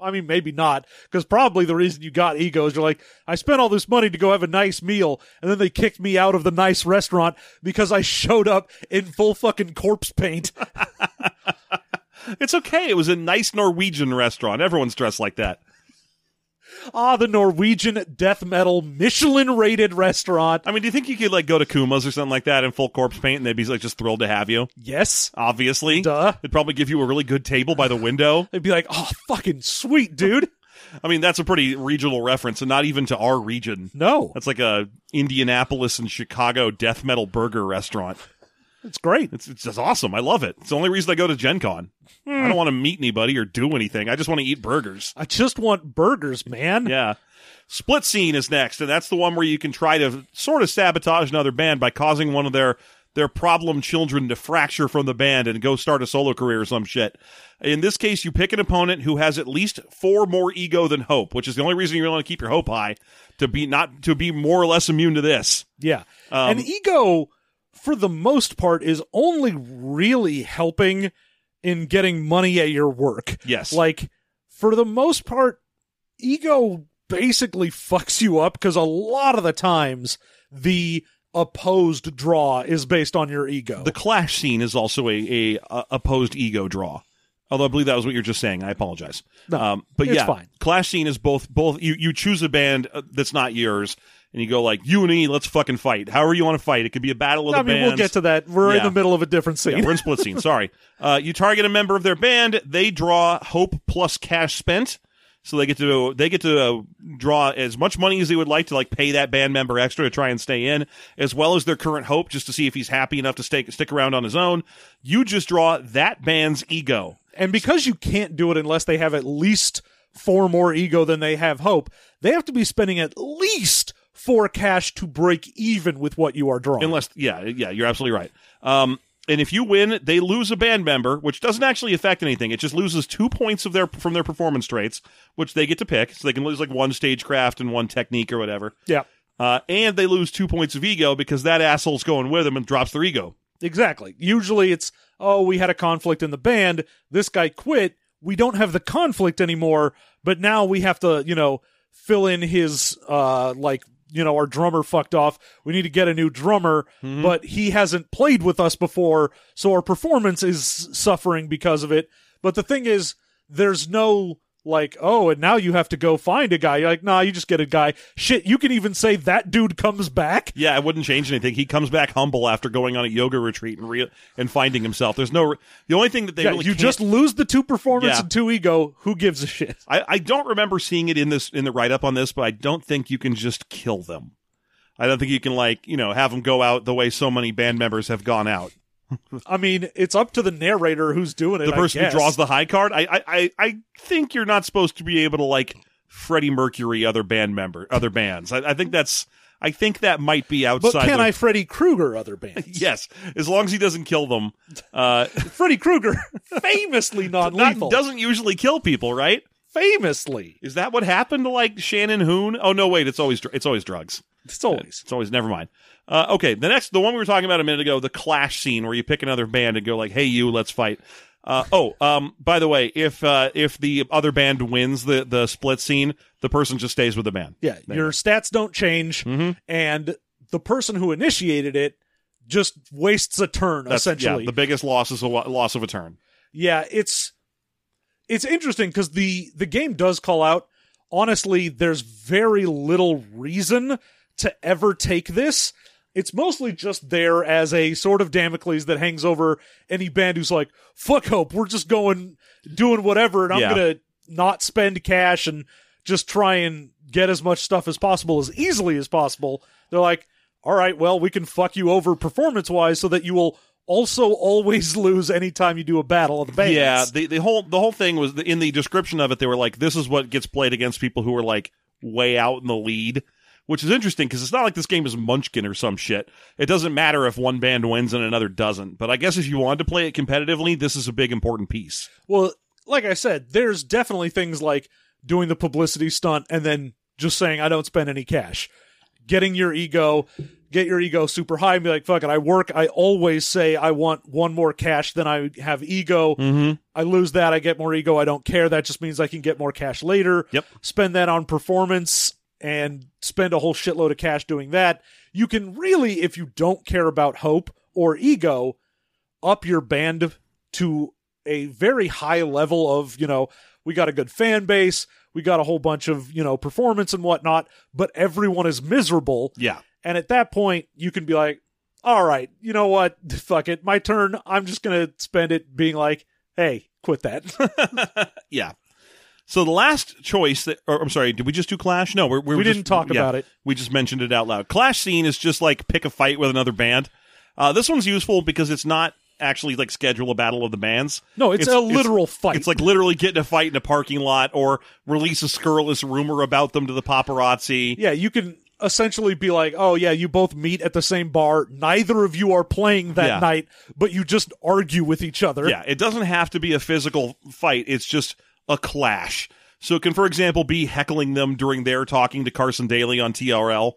I mean, maybe not, because probably the reason you got ego is you're like, I spent all this money to go have a nice meal, and then they kicked me out of the nice restaurant because I showed up in full fucking corpse paint. <laughs> It's okay. It was a nice Norwegian restaurant. Everyone's dressed like that. ah, the Norwegian death metal Michelin rated restaurant. I mean, do you think you could like go to Kuma's or something like that in full corpse paint, and they'd be like just thrilled to have you? Yes. Obviously, Duh. they'd probably give you a really good table by the window. They'd be like, oh, fucking <laughs> sweet, dude. I mean, that's a pretty regional reference, and not even to our region. No, That's like a Indianapolis and Chicago death metal burger restaurant. it's <laughs> great. It's it's just awesome. I love it. It's the only reason I go to Gen Con. I don't want to meet anybody or do anything. I just want to eat burgers. I just want burgers, man. Yeah. Split scene is next, and that's the one where you can try to sort of sabotage another band by causing one of their their problem children to fracture from the band and go start a solo career or some shit. In this case, you pick an opponent who has at least four more ego than hope, which is the only reason you really want to keep your hope high to be not to be more or less immune to this. Yeah. Um, and ego, for the most part, is only really helping in getting money at your work. Yes. Like, for the most part, ego basically fucks you up because a lot of the times the opposed draw is based on your ego. The clash scene is also a, a, a opposed ego draw. Although I believe that was what you're just saying. I apologize. No, um, but it's yeah, fine. Clash scene is both both you you choose a band uh, that's not yours and you go like you and me, let's fucking fight. However you want to fight. It could be a battle of I the mean, bands. we'll get to that. We're in Yeah. the middle of a different scene. Yeah, we're in split scene. Sorry. Uh, you target a member of their band. They draw hope plus cash spent, so they get to they get to uh, draw as much money as they would like to like pay that band member extra to try and stay in, as well as their current hope just to see if he's happy enough to stay stick around on his own. You just draw that band's ego. and because you can't do it unless they have at least four more ego than they have hope, they have to be spending at least four cash to break even with what you are drawing. Unless, yeah, yeah, you're absolutely right. Um, and if you win, they lose a band member, which doesn't actually affect anything. It just loses two points of their from their performance traits, which they get to pick. So they can lose like one stagecraft and one technique or whatever. yeah, Uh, and they lose two points of ego because that asshole's going with them and drops their ego. exactly. Usually it's, oh, we had a conflict in the band. This guy quit. We don't have the conflict anymore, but now we have to, you know, fill in his, uh, like, you know, our drummer fucked off. We need to get a new drummer, but he hasn't played with us before, so our performance is suffering because of it. But the thing is, there's no like, oh, and now you have to go find a guy. You're like, nah, you just get a guy. Shit, you can even say that dude comes back. Yeah, it wouldn't change anything. He comes back humble after going on a yoga retreat and re- and finding himself. There's no re- the only thing that they yeah, really you can't- just lose the two performance Yeah. and two ego. Who gives a shit? I, I don't remember seeing it in this in the write up on this, but I don't think you can just kill them. I don't think you can like you know have them go out the way so many band members have gone out. I mean, it's up to the narrator who's doing it. The I person who guess. draws the high card, I, I I I think you're not supposed to be able to like Freddie Mercury other band member other bands. I, I think that's I think that might be outside. But can the- I Freddy Krueger <laughs> other bands? Yes, as long as he doesn't kill them. Uh, <laughs> <laughs> Freddy Krueger, famously not, non-lethal. doesn't usually kill people, right? famously, Is that what happened to like Shannon Hoon? Oh no, wait, it's always dr- it's always drugs. it's always. It's always never mind. Uh, okay, the next the one we were talking about a minute ago, the clash scene where you pick another band and go like, "Hey, you, let's fight." Uh, oh, um, by the way, if uh, if the other band wins the the split scene, the person just stays with the band. Yeah, There you Mm-hmm. your stats don't change, and the person who initiated it just wastes a turn That's, essentially. yeah, the biggest loss is a wa- loss of a turn. yeah it's it's interesting because the the game does call out honestly there's very little reason to ever take this it's mostly just there as a sort of damocles that hangs over any band who's like fuck hope we're just going doing whatever and i'm Yeah. gonna not spend cash and just try and get as much stuff as possible as easily as possible they're like all right well we can fuck you over performance wise so that you will also always <laughs> lose anytime you do a battle of the bands Yeah, the, the whole the whole thing was in the description of it. They were like, "This is what gets played against people who are like way out in the lead," which is interesting because it's not like this game is Munchkin or some shit. It doesn't matter if one band wins and another doesn't. But I guess if you wanted to play it competitively, this is a big important piece. Well, like I said, there's definitely things like doing the publicity stunt and then just saying I don't spend any cash. Getting your ego, get your ego super high and be like, fuck it, I work, I always say I want one more cash than I have ego. I lose that, I get more ego, I don't care. That just means I can get more cash later. Yep. Spend that on performance and spend a whole shitload of cash doing that. You can really, if you don't care about hope or ego, up your band to a very high level of you know we got a good fan base we got a whole bunch of you know performance and whatnot but everyone is miserable Yeah, and at that point you can be like all right you know what <laughs> fuck it my turn i'm just gonna spend it being like hey quit that <laughs> yeah. So the last choice that, or I'm sorry, did we just do Clash? No, we're, we're we just- didn't talk yeah. about it We just mentioned it out loud. Clash scene is just like pick a fight with another band. Uh, this one's useful because it's not actually like schedule a battle of the bands. no it's, It's- a it's- literal fight It's like literally getting a fight in a parking lot or release a scurrilous rumor about them to the paparazzi. yeah you can essentially be like oh yeah you both meet at the same bar neither of you are playing that Yeah. night but you just argue with each other Yeah, it doesn't have to be a physical fight, it's just a clash. So it can, for example, be heckling them during their talking to Carson Daly on TRL.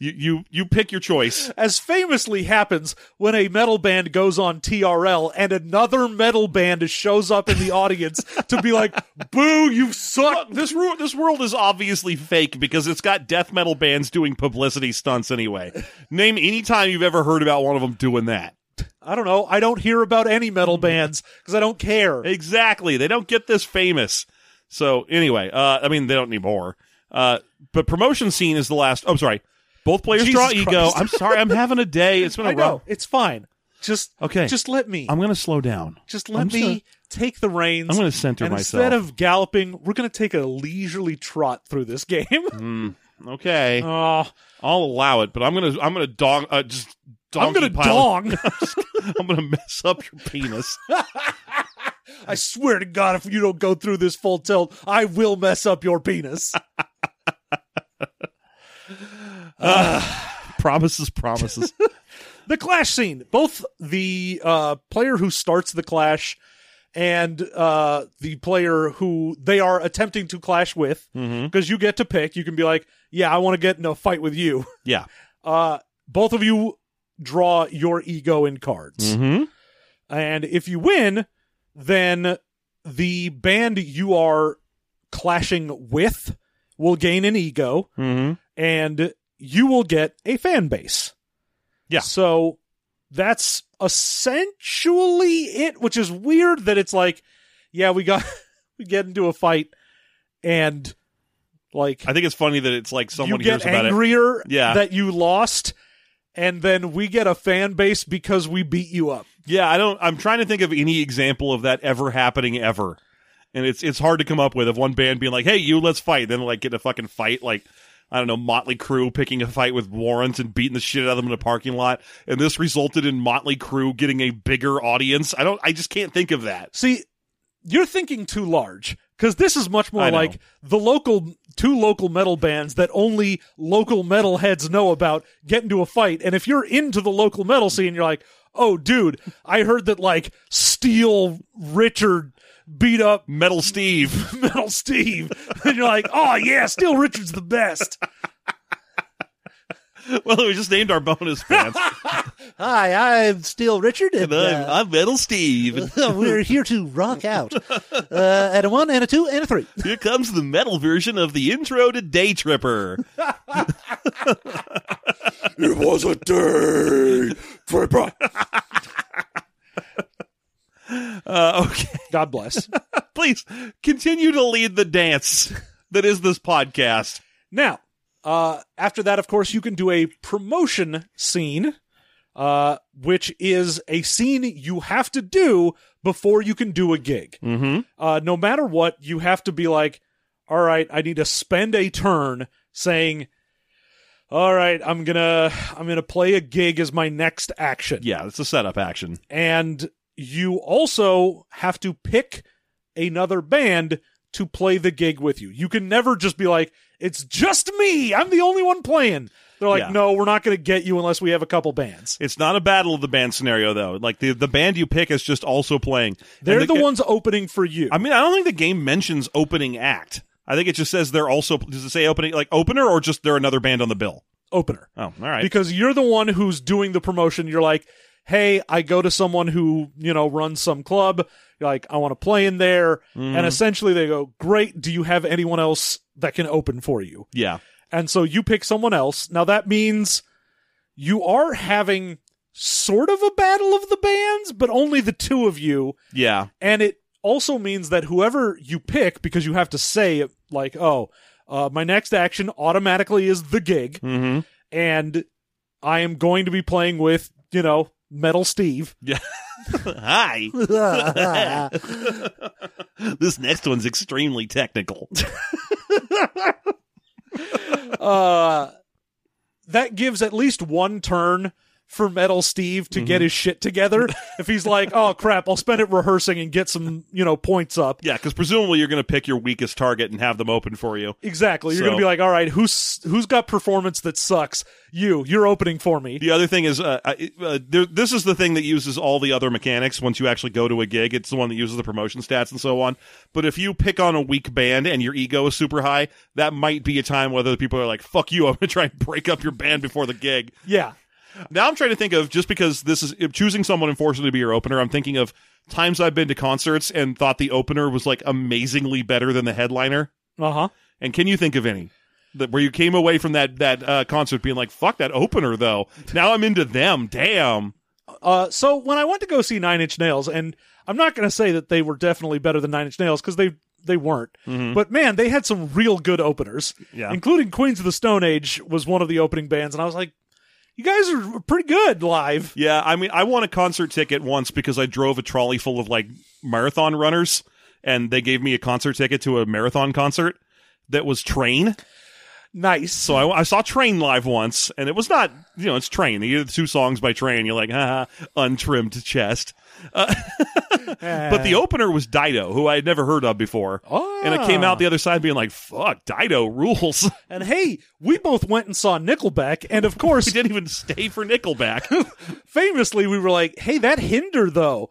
You you you pick your choice. as famously happens when a metal band goes on TRL and another metal band shows up in the audience to be like, "Boo, you suck." This ru- this world is obviously fake because it's got death metal bands doing publicity stunts anyway. Name any time you've ever heard about one of them doing that. I don't know. I don't hear about any metal Mm-hmm. bands because I don't care. Exactly. They don't get this famous. So anyway, uh, I mean, they don't need more. Uh, but promotion scene is the last. Oh, I'm sorry. Both players Jesus draw ego. Christ. I'm sorry. I'm having a day. It's been a <laughs> I know rough. it's fine. Just Okay. Just let me. I'm going to slow down. just let I'm me gonna- take the reins. I'm going to center and myself. instead of galloping, we're going to take a leisurely trot through <laughs> this game. Hmm. okay, Oh, I'll allow it, but I'm going to I'm going to dong uh, just I'm donkey going to pile- dong. <laughs> I'm going to mess up your penis. I swear to God, if you don't go through this full tilt, I will mess up <laughs> your penis. promises, <laughs> promises. the clash scene both the uh, player who starts the clash and uh, the player who they are attempting to clash with Mhm. because you get to pick you can be like yeah i want to get in a fight with you <laughs> Yeah. uh, both of you draw your ego in cards Mm-hmm. and if you win then the band you are clashing with will gain an ego Mm-hmm. and you will get a fan base. Yeah. So that's essentially it, which is weird that it's like, yeah, we got <laughs> we get into a fight and like I think it's funny that it's like someone you get hears about it. angrier Yeah. that you lost and then we get a fan base because we beat you up. Yeah, I don't. I'm trying to think of any example of that ever happening ever, and it's it's hard to come up with of one band being like, "Hey, you, let's fight," then like get in a fucking fight, like. I don't know, Motley Crue picking a fight with Warrants and beating the shit out of them in a parking lot, and this resulted in Motley Crue getting a bigger audience. I don't, I just can't think of that. See, you're thinking too large because this is much more I know. like the local two local metal bands that only local metal heads know about get into a fight. And if you're into the local metal scene, you're like, oh, dude, I heard that like Steel Richard beat up <laughs> Metal Steve, <laughs> Metal Steve, and you're like, oh yeah, Steel Richard's the best. well, we just named our bonus fans. Hi, I'm Steel Richard, <laughs> and Metal Steve. and we're here to rock out uh, at a one and a two and a three. <laughs> Here comes the metal version of the intro to Day Tripper. It was a day tripper. Uh, okay. God bless. please continue to lead the dance that is this podcast. Now, uh, after that, of course, you can do a promotion scene, uh, which is a scene you have to do before you can do a gig. Mm-hmm. Uh, no matter what, you have to be like, all right, I need to spend a turn saying, all right, I'm gonna I'm gonna play a gig as my next action, Yeah, it's a setup action. and you also have to pick another band to play the gig with you. You can never just be like, it's just me. I'm the only one playing. They're like, Yeah. no, we're not going to get you unless we have a couple bands. It's not a battle of the band scenario though. Like the the band you pick is just also playing. And They're the, ones opening for you. I mean, I don't think the game mentions opening act. I think it just says they're also does it say opening like opener or just they're another band on the bill. opener. Oh, all right. Because you're the one who's doing the promotion. You're like, hey, I go to someone who, you know, runs some club. You're like, I want to play in there. Mm-hmm. And essentially they go, great. Do you have anyone else that can open for you? yeah. and so you pick someone else. Now that means you are having sort of a battle of the bands, but only the two of you. Yeah. And it also means that whoever you pick, because you have to say like, "Oh, uh, my next action automatically is the gig," Mm-hmm. <laughs> and I am going to be playing with you know Metal Steve. Hi. <laughs> this next one's extremely technical. <laughs> uh, that gives at least one turn for Metal Steve to get his shit together. if he's like, oh crap, I'll spend it rehearsing and get some, you know, points up. yeah, because presumably you're going to pick your weakest target and have them open for you. Exactly. You're So- gonna be like, all right, who's who's got performance that sucks? You. You're opening for me. The other thing is, uh, I- uh, there, this is the thing that uses all the other mechanics once you actually go to a gig. It's the one that uses the promotion stats and so on. But if you pick on a weak band and your ego is super high, that might be a time where the people are like, fuck you, I'm going to try and break up your band before the gig. Yeah. Now I'm trying to think of just because this is if choosing someone unfortunately to be your opener. I'm thinking of times I've been to concerts and thought the opener was like amazingly better than the headliner. Uh huh. And can you think of any that where you came away from that that uh, concert being like, fuck that opener though? Now I'm into them. Damn. Uh, so when I went to go see Nine Inch Nails, and I'm not going to say that they were definitely better than Nine Inch Nails because they they weren't, but man, they had some real good openers, Mm-hmm. Yeah. including Queens of the Stone Age was one of the opening bands, and I was like, you guys are pretty good live. Yeah, I mean, I won a concert ticket once because I drove a trolley full of like marathon runners, and they gave me a concert ticket to a marathon concert that was Train. Nice. So I, I saw Train live once, and it was not, you know, it's Train. You hear the two songs by Train, you're like, haha, untrimmed chest. Uh, <laughs> Eh. But the opener was Dido, who I had never heard of before. Ah. And I came out the other side being like, fuck, Dido rules. <laughs> and hey, we both went and saw Nickelback, and of course, we didn't even stay for <laughs> Nickelback. famously, we were like, hey, that Hinder though,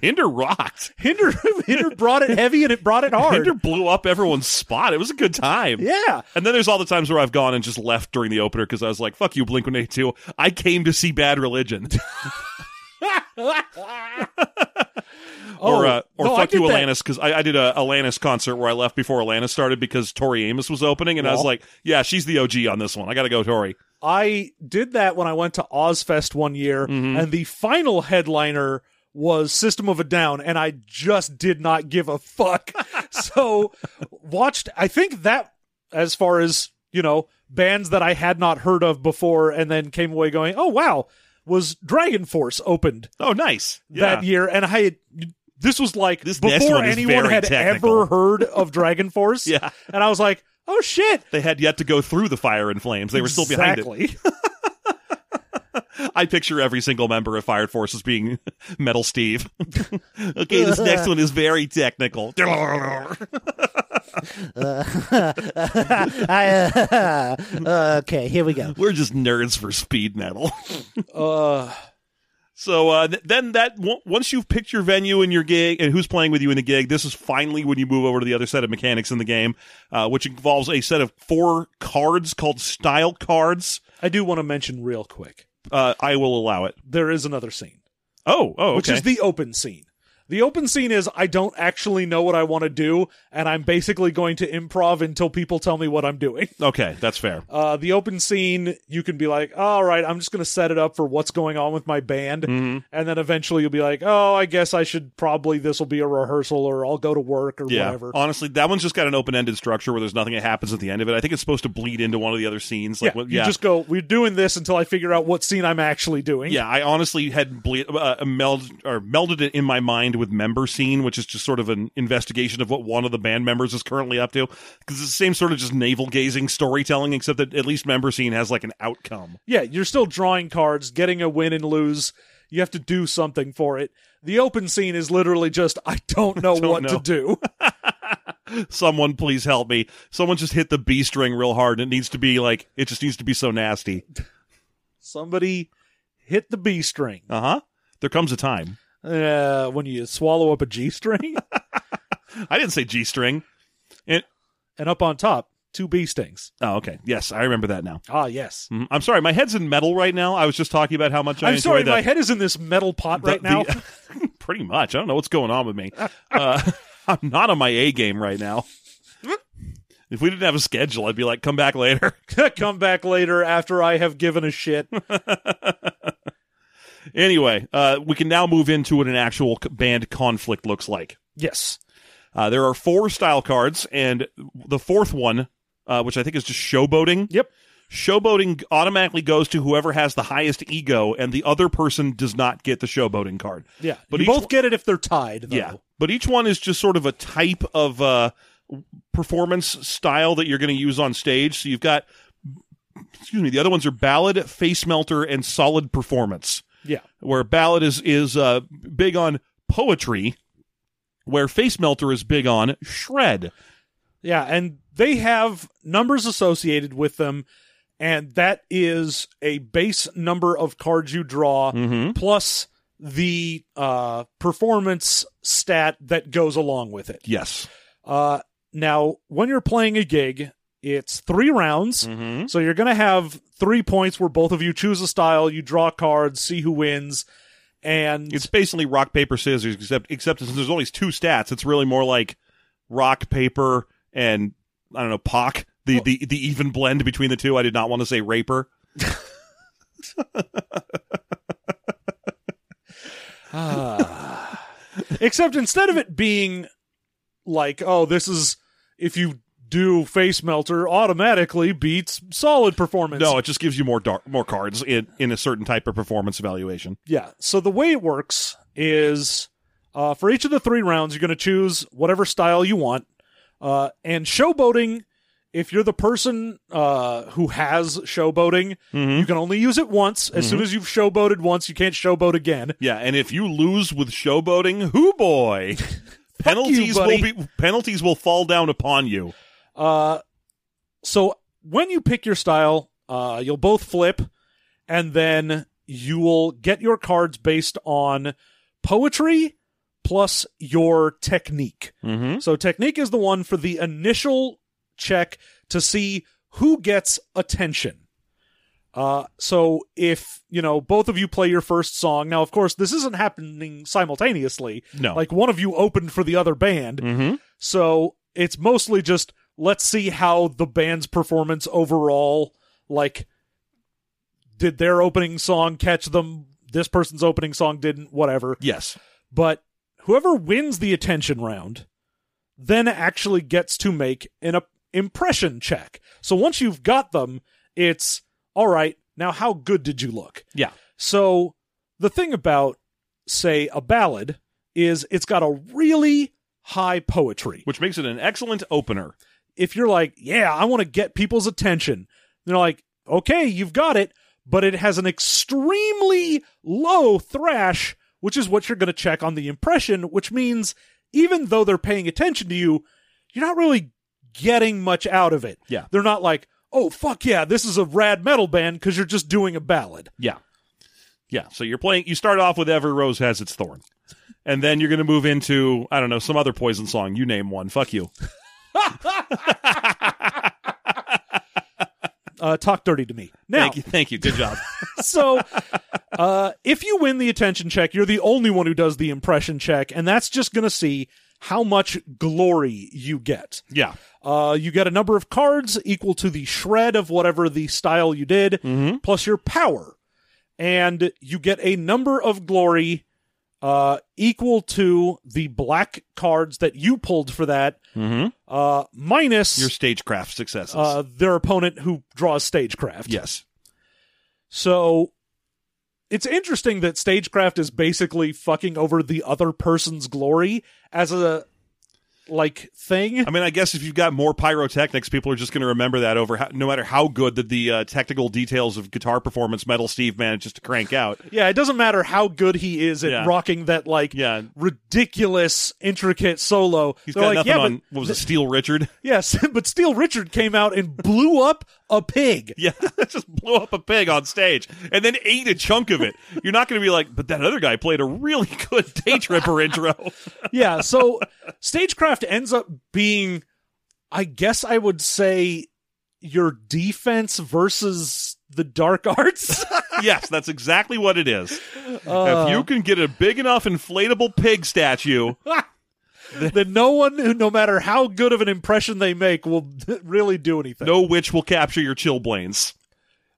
Hinder rocked. Hinder <laughs> Hinder brought it heavy and it brought it hard. Hinder blew up everyone's spot. It was a good time. <laughs> yeah. <laughs> And then there's all the times where I've gone and just left during the opener because I was like, fuck you, Blink 182. I came to see Bad Religion. <laughs> or uh, or Oh, no, I fuck you, did that. Alanis, because I, I did a Alanis concert where I left before Alanis started because Tori Amos was opening. And I was Well. like, yeah, she's the OG on this one. I got to go, Tori. I did that when I went to Ozfest one year, Mm-hmm. and the final headliner was System of a Down, and I just did not give <laughs> a fuck. so watched. I think that as far as you know, bands that I had not heard of before, and then came away going, "Oh wow." Was Dragon Force opened Oh, nice. Yeah. that year? And I, had, this was like This next before one is anyone very had technical. ever heard of Dragon <laughs> <laughs> Force. Yeah. and I was like, "Oh shit!" They had yet to go through the fire and flames. They were still behind it. exactly. <laughs> I picture every single member of Fire Force as being <laughs> Metal Steve. <laughs> okay, <laughs> this next one is very technical. <laughs> I, uh, <laughs> okay, here we go. We're just nerds for speed metal. Uh, So uh, th- then that w- once you've picked your venue and your gig and who's playing with you in the gig, this is finally when you move over to the other set of mechanics in the game, uh, which involves a set of four cards called style cards. I do want to mention real quick. Uh, I will allow it. There is another scene, Oh, oh, which okay. is the open scene. The open scene is I don't actually know what I want to do, and I'm basically going to improv until people tell me what I'm doing. <laughs> okay, that's fair. Uh, the open scene, you can be like, all right, I'm just going to set it up for what's going on with my band. Mm. Mm-hmm. And then eventually you'll be like, oh, I guess I should probably, this will be a rehearsal or I'll go to work or Yeah, Oh, whatever. honestly, that one's just got an open-ended structure where there's nothing that happens at the end of it. I think it's supposed to bleed into one of the other scenes. Like, yeah, what- you just go, we're doing this until I figure out what scene I'm actually <laughs> doing. Yeah, I honestly had ble- uh, meld or melded it in my mind with member scene, which is just sort of an investigation of what one of the band members is currently up to, because it's the same sort of just navel gazing storytelling, except that at least member scene has like an outcome. yeah, you're still drawing cards, getting a win and lose. You have to do something for it. The open scene is literally just I <laughs> don't know what know. to do. <laughs> Someone please help me. Someone just hit the B string real hard, and it needs to be like it just needs to be so nasty. Somebody hit the B string. Uh huh. There comes a time. Uh, when you swallow up a G string, <laughs> I didn't say G string. and up on top, two B stings. Oh, okay. Yes, I remember that now. Ah, yes. Mhm. I'm sorry, my head's in metal right now. I was just talking about how much I I'm enjoy sorry, the- my head is in this metal pot right The- now. <laughs> the- <laughs> pretty much. I don't know what's going on with me. Uh, <laughs> I'm not on my A game right now. If we didn't have a schedule, I'd be like, come back later. <laughs> Come back later after I have given a shit. anyway, uh, we can now move into what an actual c- band conflict looks like. yes. Uh, there are four style cards, and the fourth one, uh, which I think is just showboating. Yep. Showboating automatically goes to whoever has the highest ego, and the other person does not get the showboating card. Yeah. But But you each both one- get it if they're tied, though. Yeah, but each one is just sort of a type of uh, performance style that you're going to use on stage. So you've got, excuse me, the other ones are ballad, face melter, and solid performance. Yeah. Where ballad is is uh, big on poetry, where face melter is big on shred. Yeah, and they have numbers associated with them, and that is a base number of cards you draw Mm-hmm. plus the uh, performance stat that goes along with it. Yes. Uh, now, when you're playing a gig, it's three rounds. Mm-hmm. So you're going to have three points where both of you choose a style, you draw cards, see who wins, and It's basically rock paper scissors, except except since there's only two stats, it's really more like rock paper and I don't know pock. The, the the even blend between the two. I did not want to say raper. Ah. Except instead of it being like, oh, this is if you do face melter automatically beats solid performance. No, it just gives you more dark, more cards in, in a certain type of performance evaluation. Yeah. So the way it works is uh, for each of the three rounds, you're going to choose whatever style you want. Uh, and showboating, if you're the person uh, who has showboating, Mm-hmm. you can only use it once. As soon as you've showboated once, you can't showboat again. Yeah, and if you lose with showboating, hoo <laughs> boy, penalties will buddy. be penalties will fall down upon you. Uh, so when you pick your style, uh, you'll both flip, and then you will get your cards based on poetry plus your technique. Mm-hmm. So technique is the one for the initial check to see who gets attention. Uh, so if you know both of you play your first song now, of course this isn't happening simultaneously. No, Like one of you opened for the other band, mm-hmm. so it's mostly just let's see how the band's performance overall like did their opening song catch them this person's opening song didn't whatever yes, but whoever wins the attention round then actually gets to make an op- impression check so once you've got them it's all right now how good did you look yeah, so the thing about say a ballad is it's got a really high poetry which makes it an excellent opener. if you're like, yeah, I want to get people's attention, they're like, okay, you've got it, but it has an extremely low thrash, which is what you're going to check on the impression, which means even though they're paying attention to you, you're not really getting much out of it. Yeah. They're not like, oh, fuck yeah, this is a rad metal band because you're just doing a ballad. Yeah, yeah. So you're playing. You start off with "Every Rose Has Its Thorn," and then you're going to move into I don't know some other Poison song. You name one. Fuck you. Uh, talk dirty to me. Now, Thank you. Thank you. Good <laughs> job. so uh, if you win the attention check you're the only one who does the impression check and that's just going to see how much glory you get yeah. uh, you get a number of cards equal to the shred of whatever the style you did Mm-hmm. plus your power and you get a number of glory uh, equal to the black cards that you pulled for that Mm-hmm. uh, minus Your stagecraft successes. uh, their opponent who draws stagecraft yes. so it's interesting that stagecraft is basically fucking over the other person's glory as a like thing. I mean, I guess if you've got more pyrotechnics, people are just going to remember that over how, no matter how good that the uh, technical details of guitar performance Metal Steve manages to crank out. Yeah, it doesn't matter how good he is at Yeah. rocking that like Yeah. ridiculous intricate solo. He's They're got like, nothing yeah, on but, what was it, Steel Richard? <laughs> yes, but Steel Richard came out and blew up <laughs> a pig. Yeah, just blew up a pig on stage and then ate a chunk of it. You're not going to be like, but that other guy played a really <laughs> good day <laughs> tripper intro. yeah, so stagecraft ends up being I guess I would say your defense versus the dark <laughs> arts. yes, that's exactly what it is. Uh, if you can get a big enough inflatable pig statue, that no one, who, no matter how good of an impression they make, will really do anything. no witch will capture your chillblains.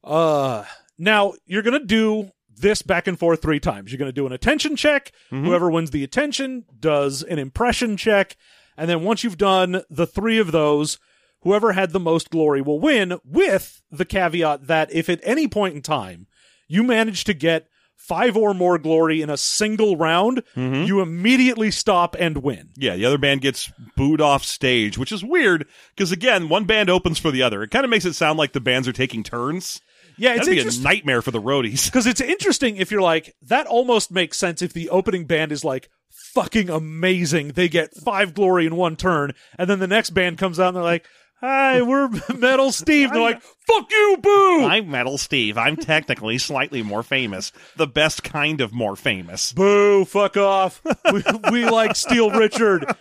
Uh, now you're gonna do this back and forth three times. You're gonna do an attention check. Mhm. Whoever wins the attention does an impression check, and then once you've done the three of those, whoever had the most glory will win. With the caveat that if at any point in time you manage to get five or more glory in a single round, Mhm. you immediately stop and win. Yeah, the other band gets booed off stage, which is weird because again, one band opens for the other. It kind of makes it sound like the bands are taking turns. Yeah, it's That'd be interesting. a nightmare for the roadies. Because it's interesting if you're like, that almost makes sense if the opening band is like fucking amazing. They get five glory in one turn, and then the next band comes out and they're like, Hi, we're <laughs> Metal Steve. They're like, Fuck you, boo! I'm Metal Steve. I'm technically slightly more famous, the best kind of more famous. boo, fuck off. We, we like <laughs> Steel Richard.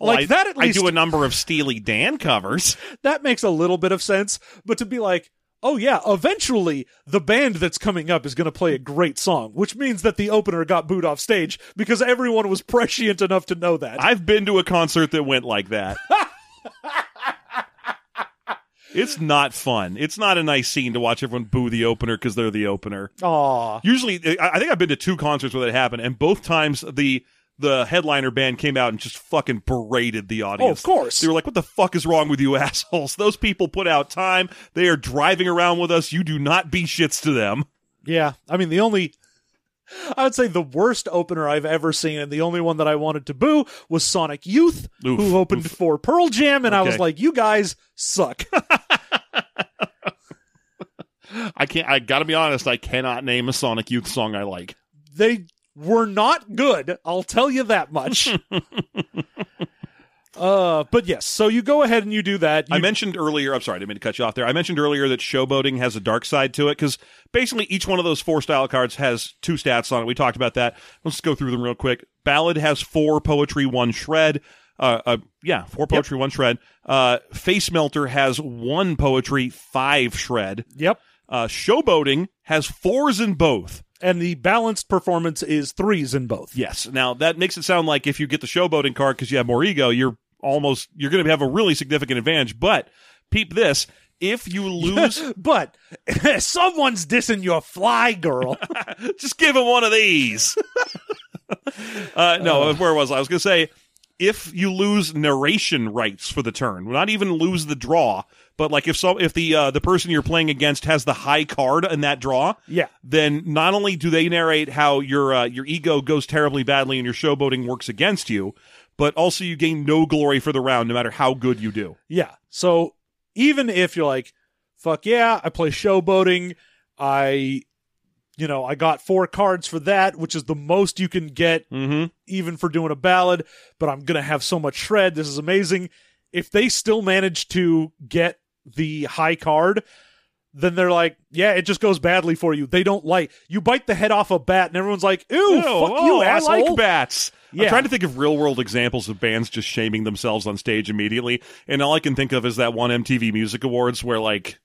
Like that at least I do a number of Steely Dan <laughs> covers. that makes a little bit of sense, but to be like Oh yeah, eventually the band that's coming up is going to play a great song, which means that the opener got booed off stage because everyone was <laughs> prescient enough to know <laughs> that. I've been to a concert that went like that. It's not fun. It's not a nice scene to watch everyone boo the opener because they're the opener. Aw. Usually, I I think I've been to two concerts where that happened, and both times the the headliner band came out and just fucking berated the Oh, audience. of course. They were like, "What the fuck is wrong with you <laughs> assholes? Those people put out time. They are driving around with us. You do not be shits to them." Yeah. I mean, the only. I would say the worst opener I've ever seen, and the only one that I wanted to boo was Sonic Youth, Oof, who opened oof. for Pearl Jam, and I was Okay. like, you guys suck. <laughs> I can't. I gotta be honest. I cannot name a Sonic Youth song I like. they were not good. I'll tell you <laughs> that much. uh, but yes, so you go ahead and you do that. You, I mentioned earlier. I'm sorry, I didn't mean to cut you off there. I mentioned earlier that showboating has a dark side to it because basically each one of those four style cards has two stats on it. We talked about that. Let's go through them real quick. Ballad has four poetry, one shred. Uh, uh yeah, four poetry, one shred. Uh, face melter has one poetry, five shred. yep. Uh, showboating has fours in both. And the balanced performance is threes in both. Yes. Now that makes it sound like if you get the showboating card because you have more ego, you're almost you're going to have a really significant advantage. But peep this: if you lose. But <laughs> someone's dissing your <laughs> fly girl. just give him one of these. <laughs> uh, no, where was I? I was going to say if you lose narration rights for the turn, not even lose the draw, but like if so, if the uh, the person you're playing against has the high card in that draw, yeah. then not only do they narrate how your uh, your ego goes terribly badly and your showboating works against you, but also you gain no glory for the round, no matter how good you do. Yeah. So even if you're like, fuck yeah, I play showboating, I you know, I got four cards for that, which is the most you can get Mm-hmm. even for doing a ballad, but I'm going to have so much shred. This is amazing. If they still manage to get the high card, then they're like, yeah, it just goes badly for you. They don't like you bite the head off a bat, and everyone's like, ew, fuck oh, you, asshole. I like bats. Yeah. I'm trying to think of real world examples of bands just shaming themselves on stage immediately, and all I can think of is that one MTV Music Awards where like,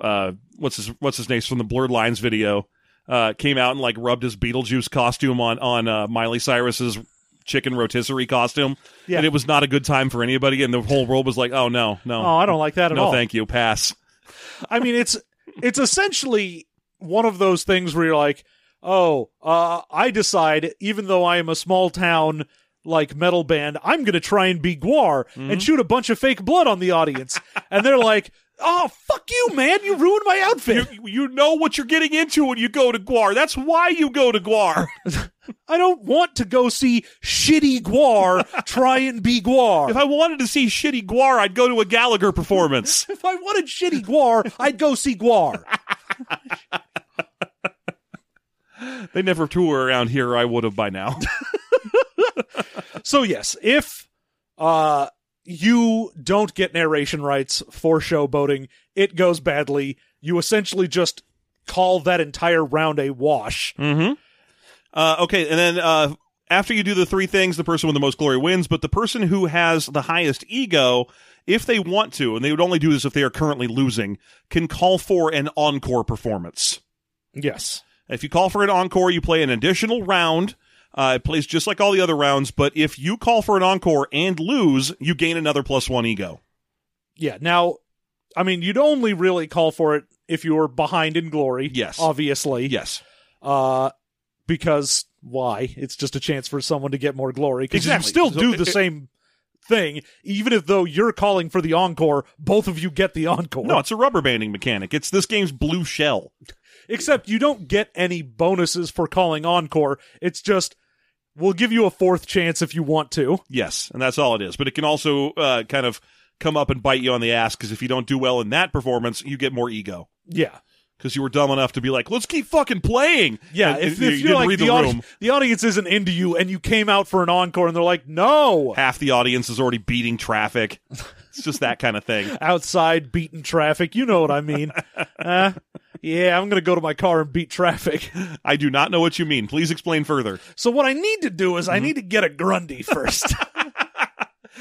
uh, what's his what's his name from the Blurred Lines video, uh, came out and like rubbed his Beetlejuice costume on on uh, Miley Cyrus's chicken rotisserie costume, Yeah. and it was not a good time for anybody, and the whole world was like, oh no, no, Oh, I don't like that at no, all. thank you, pass. I mean, it's it's essentially one of those things where you're like, oh, uh, I decide, even though I am a small town like metal band, I'm going to try and be Guar Mm-hmm. and shoot a bunch of fake blood on the audience, and they're like, oh, fuck you, man, you ruined my outfit. You, you know what you're getting into when you go to Guar. That's why you go to Guar. I don't want to go see shitty Guar try and be Guar. If I wanted to see shitty Guar, I'd go to a Gallagher <laughs> performance. if I wanted shitty Guar, I'd go see Guar. they never tour around here. I would have by now. So yes, if uh you don't get narration rights for showboating, it goes badly. You essentially just call that entire round a wash. mm-hmm. Uh, okay, and then uh, after you do the three things, the person with the most glory wins. But the person who has the highest ego, if they want to, and they would only do this if they are currently losing, can call for an encore performance. Yes. If you call for an encore, you play an additional round. Uh, it plays just like all the other rounds, but if you call for an encore and lose, you gain another plus one ego. Yeah. Now, I mean, you'd only really call for it if you were behind in glory. Yes. Obviously. Yes. Uh because why? It's just a chance for someone to get more glory because Exactly. you still So do it- the it- same thing, even if though you're calling for the encore, both of you get the encore. No, it's a rubber banding mechanic. It's this game's blue shell. Except you don't get any bonuses for calling encore. It's just we'll give you a fourth chance if you want to. Yes, and that's all it is. But it can also uh, kind of come up and bite you on the ass because if you don't do well in that performance, you get more ego Yeah. because you were dumb enough to be like, "Let's keep fucking playing." Yeah, And- if, and if you you're didn't like read the, the audi- room, the audience isn't into you and you came out for an encore and they're like, "No." half the audience is already beating traffic. it's just that kind of thing. Outside beating traffic, you know what <laughs> I mean. uh, yeah, I'm going to go to my car and beat traffic. I do not know what you mean. Please explain further. So what I need to do is I Mm-hmm. need to get a Grundy first. <laughs>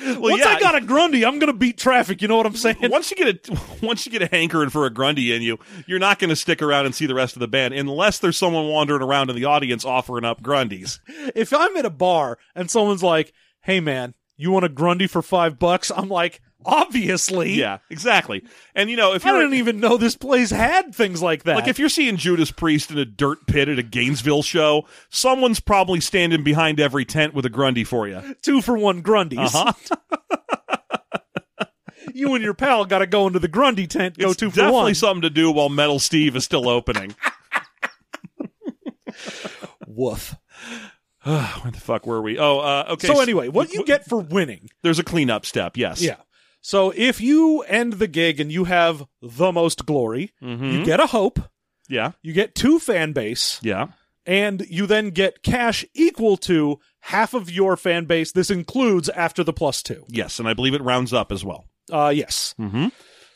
Well, Once yeah, I got a Grundy, I'm going to beat traffic, you know what I'm saying? <laughs> once you get a once you get a hankering for a Grundy in you, you're not going to stick around and see the rest of the band unless there's someone wandering around in the audience offering up Grundies. if I'm at a bar and someone's like, "Hey man, you want a Grundy for five bucks?" I'm like, obviously. Yeah, exactly. And you know, if I you're didn't even know this place had things like that. like if you're seeing Judas Priest in a dirt pit at a Gainesville show, someone's probably standing behind every tent with a Grundy for you. two for one Grundies. Uh-huh. <laughs> you and your pal got to go into the Grundy tent, go it's two for definitely one. something to do while Metal Steve is still opening. <sighs> Woof. Where the fuck were we? Oh, uh, okay. So anyway, what you get for winning? There's a cleanup step. Yes. Yeah. So if you end the gig and you have the most glory, you get a hope, Yeah. you get two fan base, Yeah. and you then get cash equal to half of your fan base. This includes after the plus two. Yes, and I believe it rounds up as well. Uh, yes.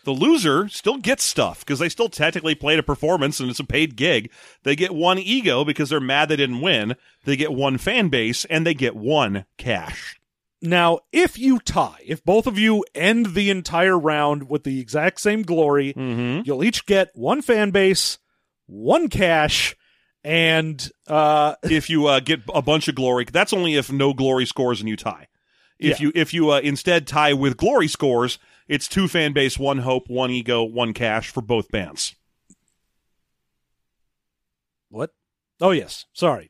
The loser still gets stuff because they still technically played a performance and it's a paid gig. They get one ego because they're mad they didn't win. They get one fan base and they get one cash. Now, if you tie, if both of you end the entire round with the exact same glory, Mm-hmm. you'll each get one fan base, one cash, and uh, if you uh, get a bunch of glory, that's only if no glory scores and you tie. If Yeah. you if you uh, instead tie with glory scores, it's two fan base, one hope, one ego, one cash for both bands. <laughs> what? Oh yes, sorry.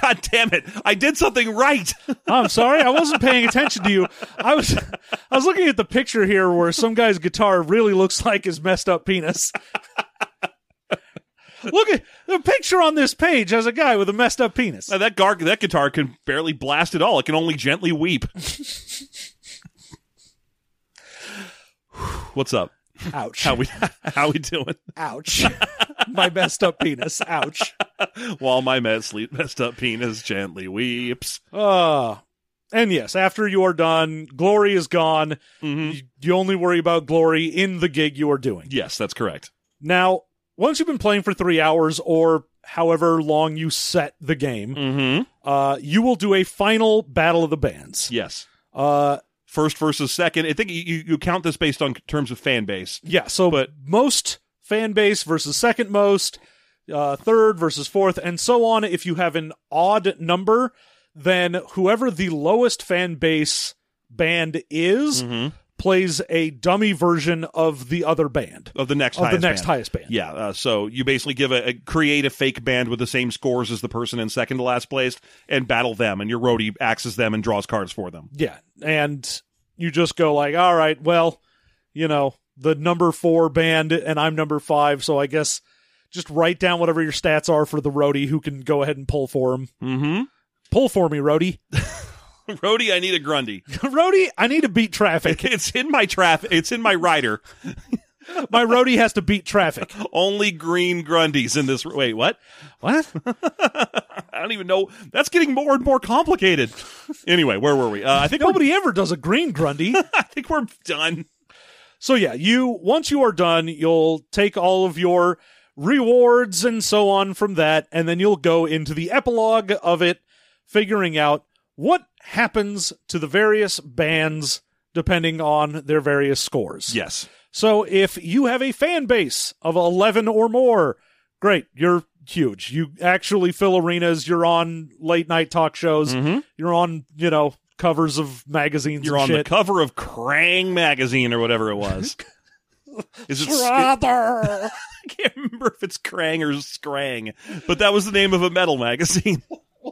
God damn it! I did something right. I'm sorry. I wasn't paying attention to you. I was I was looking at the picture here where some guy's guitar really looks like his messed up penis. Look at the picture on this page has a guy with a messed up penis. Now, that gar- that guitar can barely blast at all. It can only gently <laughs> weep. What's up? Ouch. How we <laughs> how we doing? <laughs> Ouch. <laughs> My messed up penis. Ouch. While my mess messed up penis gently weeps. Uh and yes, after you are done, glory is gone. Mhm. You, you only worry about glory in the gig you are doing. Yes, that's correct. Now, once you've been playing for three hours or however long you set the game, Mm-hmm. uh, you will do a final battle of the bands. Yes. Uh, first versus second. I think you, you you count this based on terms of fan base. yeah, so But- most fan base versus second most, uh, third versus fourth, and so on. If you have an odd number, then whoever the lowest fan base band is plays a dummy version of the other band, Of the next of the highest next band. highest band. Yeah, uh, so you basically give a, a create a fake band with the same scores as the person in second to last place and battle them, and your roadie axes them and draws cards for them. Yeah, and you just go like, all right, well, you know, the number four band, and I'm number five, so I guess just write down whatever your stats are for the roadie who can go ahead and pull for him. Mm-hmm. Pull for me, roadie. <laughs> <laughs> Roadie, I need a Grundy. <laughs> roadie, I need to beat traffic. It's in my traffic. It's in my rider. My roadie has to beat traffic. Only green Grundys in this. Wait, <laughs> what? <laughs> What? I don't even know. That's getting more and more complicated. <laughs> Anyway, where were we? Uh, I think we're, Nobody ever does a green Grundy. I think we're done. So yeah, you once you are done, you'll take all of your rewards and so on from that, and then you'll go into the epilogue of it, figuring out what happens to the various bands depending on their various scores. Yes. So if you have a fan base of 11 or more, great, you're huge. You actually fill arenas, you're on late night talk shows, you're on, you know, covers of magazines Mm-hmm. You're and on shit. the cover of Krang magazine or whatever it <laughs> was. Is it? I Brother. <laughs> can't remember if it's Krang or Scrang, but that was the name of a metal magazine. <laughs>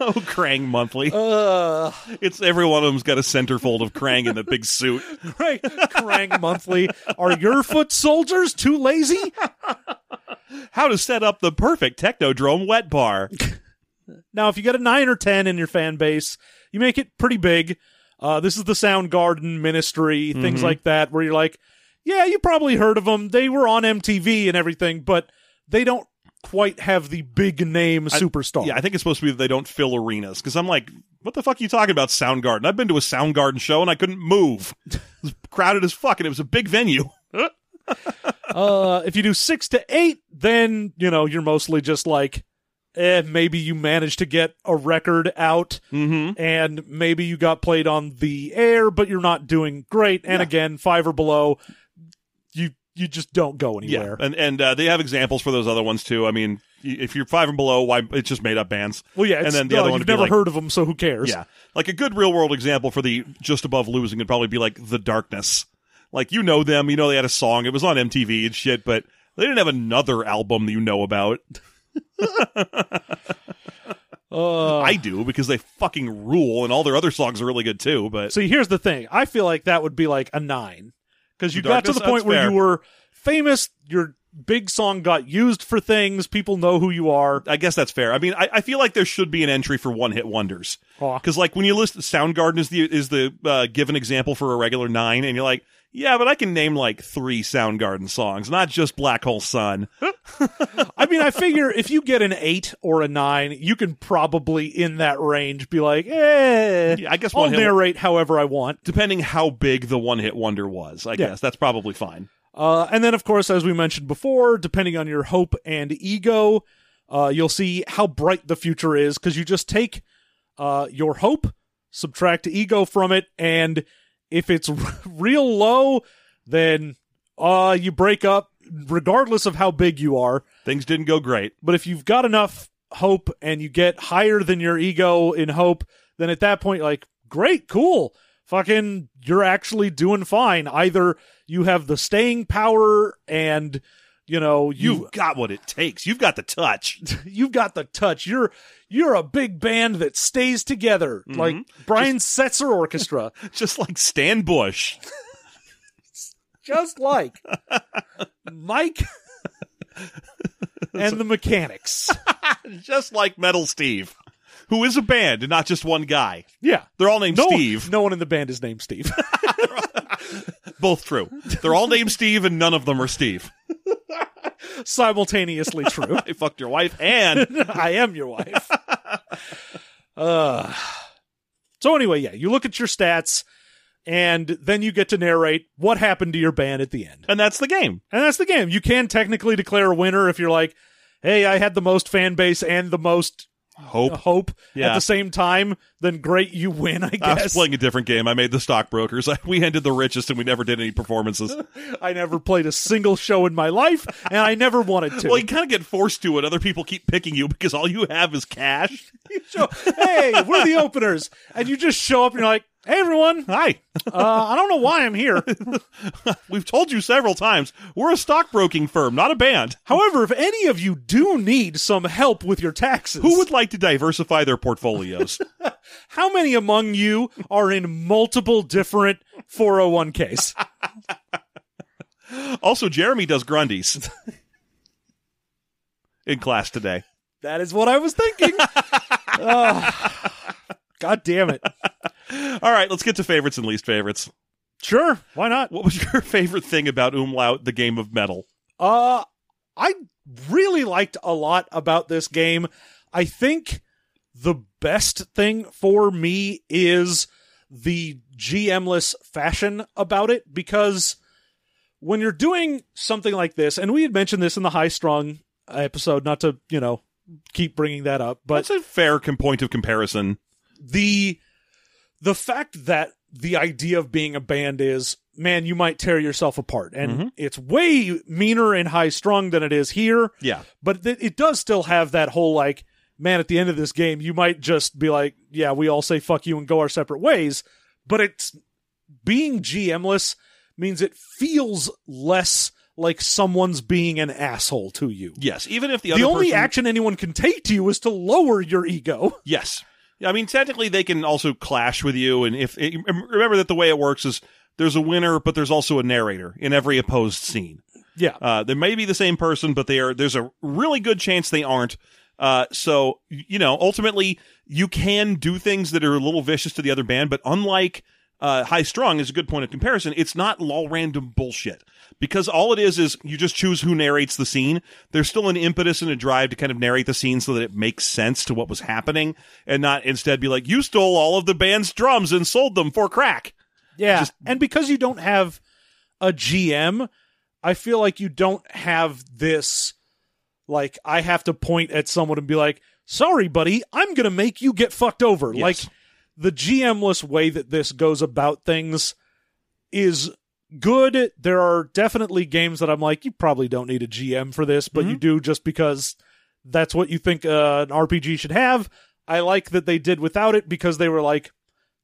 oh, Krang Monthly! Ugh. It's every one of them's got a centerfold of Krang in the big suit. Right. Krang Monthly. Are your foot soldiers too lazy? How to set up the perfect Technodrome wet bar? Now, if you get a 9 or 10 in your fan base, you make it pretty big. Uh, this is the Soundgarden Ministry, things Mm-hmm. like that, where you're like, yeah, you probably heard of them. They were on MTV and everything, but they don't quite have the big name superstar. Yeah, I think it's supposed to be that they don't fill arenas because I'm like, what the fuck are you talking about, Soundgarden? I've been to a Soundgarden show and I couldn't move. It was crowded as fuck, and it was a big venue. uh, if you do 6 to 8, then, you know, you're mostly just like, eh, maybe you managed to get a record out. Mm-hmm. and maybe you got played on the air, but you're not doing great. And Yeah. again, five or below, you you just don't go Yeah, anywhere. and and uh, they have examples for those other ones too. I mean, if you're five and below, why it's just made up bands. Well, yeah, and it's, then the uh, other one would you've be never like- heard of them, so who cares? Yeah, like a good real world example for the just above losing would probably be like the Darkness. Like you know them, you know they had a song. It was on MTV and shit, but they didn't have another album that you know about. Uh, I do because they fucking rule, and all their other songs are really good too. But See, here's the thing. I feel like that would be like a nine because you The got to Darkness, the point that's where fair. you were famous. Your big song got used for things. People know who you are. I guess that's fair. I mean, I, I feel like there should be an entry for one hit wonders. Aw. Because like when you list Soundgarden is the is the uh, given example for a regular nine, and you're like, yeah, but I can name like three Soundgarden songs, not just Black Hole Sun. I mean, I figure if you get an eight or a nine, you can probably in that range be like, eh. Yeah, I guess I'll one hit narrate however I want. depending how big the one hit wonder was. I guess that's probably fine. Uh, and then, of course, as we mentioned before, depending on your hope and ego, uh, you'll see how bright the future is because you just take uh, your hope, subtract ego from it, and if it's <laughs> real low, then uh, you break up regardless of how big you are. Things didn't go great. But if you've got enough hope and you get higher than your ego in hope, then at that point, like, great, cool. Fucking, you're actually doing fine. Either you have the staying power and, you know, You've you, got what it takes. You've got the <laughs> touch. you've got the touch. You're, you're a big band that stays together, like Brian Setzer Orchestra. Just like Stan Bush. Just like Mike and the mechanics. Just like Metal Steve. Who is a band and not just one guy. Yeah. They're all named No, Steve. no one in the band is named Steve. <laughs> Both true. They're all named Steve and none of them are Steve. <laughs> Simultaneously true. I fucked your wife and <laughs> I am <laughs> your wife. uh, so anyway, yeah, you look at your stats, and then you get to narrate what happened to your band at the end, and that's the game. and that's the game. You can technically declare a winner if you're like, "Hey, I had the most fan base and the most Hope. hope at Yeah. the same time." Then great, you win. I <laughs> I was guess playing a different game. I made the stockbrokers. <laughs> we ended the richest and we never did any performances. I never played a single show in my life, and I never wanted to. Well, <laughs> you kind of get forced to it. Other people keep picking you because all you have is cash. So, hey, we're the openers, and you just show up and you're like, "Hey, everyone, Hi. uh, I don't know why I'm here." We've told you several times we're a stockbroking firm, not a band. However, if any of you do need some help with your taxes, Who would like to diversify their portfolios? how many among you are in multiple different 401ks? also, Jeremy does Grundies in class today. <laughs> that is what I was <laughs> thinking. Ugh. Ah, God damn it. All right, let's get to favorites and least favorites. Sure, why not? What was your <laughs> favorite thing about Umlaut, the game of metal? Uh I really liked a lot about this game. I think the best thing for me is the GMless fashion about it because when you're doing something like this, and we had mentioned this in the high strung episode, not to, you know, keep bringing that up, but That's a fair com- point of comparison. the the fact that the idea of being a band is man you might tear yourself apart and it's way meaner and high strung than it is here Yeah. but th- it does still have that whole like man at the end of this game you might just be like yeah we all say fuck you and go our separate ways but it's being gmless means it feels less like someone's being an asshole to you Yes, even if the other the only person- action anyone can take to you is to lower your ego Yes. I mean, technically, they can also clash with you. And if it, remember that the way it works is there's a winner, but there's also a narrator in every opposed scene. yeah Uh, they may be the same person, but they are. There's a really good chance they aren't. Uh, so you know, ultimately, you can do things that are a little vicious to the other band, but unlike uh, High Strung is a good point of comparison. It's not all random bullshit because all it is is you just choose who narrates the scene. There's still an impetus and a drive to kind of narrate the scene so that it makes sense to what was happening, and not instead be like, "You stole all of the band's drums and sold them for crack." Yeah. and because you don't have a GM, I feel like you don't have this like I have to point at someone and be like, "Sorry, buddy, I'm going to make you get fucked over." Yes. Like the GMless way that this goes about things is good. There are definitely games that I'm like, "You probably don't need a GM for this, but you do just because that's what you think uh, an RPG should have. I like that they did without it because they were like,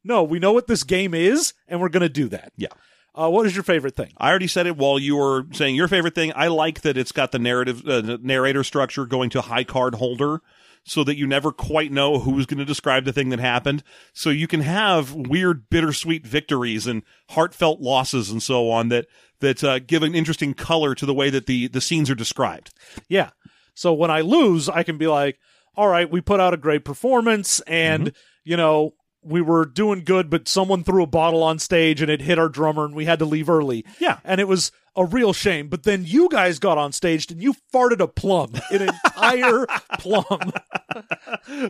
no, we know what this game is, and we're going to do that. Yeah. Uh, what is your favorite thing? I already said it while you were saying your favorite thing. I like that it's got the narrative uh, the narrator structure going to high card holder so that you never quite know who's going to describe the thing that happened. So you can have weird bittersweet victories and heartfelt losses and so on that that uh, give an interesting color to the way that the the scenes are described. Yeah. So when I lose, I can be like, all right, we put out a great performance and, you know, we were doing good, but someone threw a bottle on stage and it hit our drummer and we had to leave early. Yeah. And it was a real shame. But then you guys got on stage and you farted a plum, an <laughs> entire plum.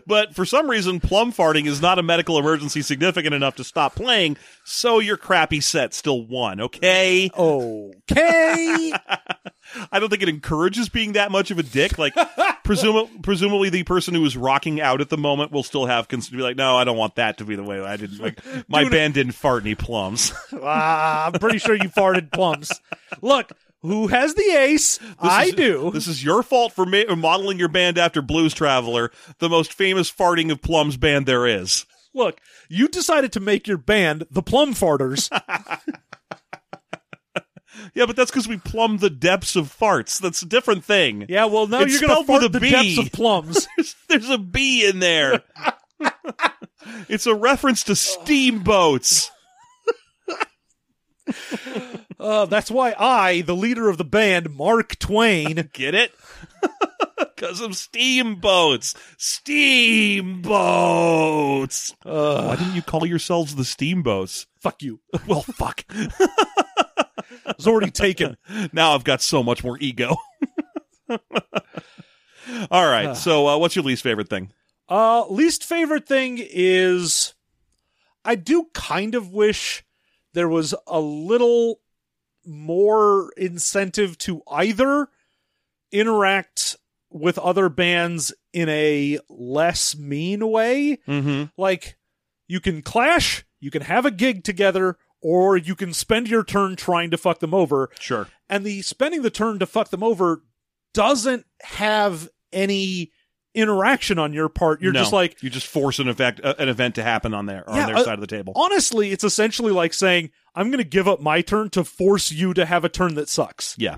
But for some reason plum farting is not a medical emergency significant enough to stop playing, so your crappy set still won, okay? Okay. I don't think it encourages being that much of a dick. <laughs> Like, presum- presumably, the person who is rocking out at the moment will still have cons- be like, "No, I don't want that to be the way I didn't like my band didn't fart any plums." ah, I'm pretty sure you farted plums. Look, who has the ace? <laughs> I This is- do. This is your fault for ma- modeling your band after Blues Traveler, the most famous farting of plums band there is. Look, you decided to make your band the Plum Farters. Yeah, but that's because we plumb the depths of farts. That's a different thing. <laughs> Yeah, well, now It's you're going to spelled with fart a the B. depths of <laughs> plums. There's, there's a B in <laughs> there. it's a reference to steamboats. Uh, that's why I, the leader of the band, Mark Twain, Get it? <laughs> Because of steamboats. Steamboats. Why didn't you call yourselves the steamboats? fuck you, <laughs> Well, fuck. was already taken. Now I've got so much more ego. <laughs> All right. So, uh, what's your least favorite thing? Uh, least favorite thing is I do kind of wish there was a little more incentive to either interact with other bands in a less mean way Mm-hmm. like you can clash, you can have a gig together, or you can spend your turn trying to fuck them over. Sure. And the spending the turn to fuck them over doesn't have any interaction on your part. You're No. just like, you just force an event, uh, an event to happen on there or Yeah, on their uh, side of the table. honestly, it's essentially like saying, I'm going to give up my turn to force you to have a turn that sucks. Yeah.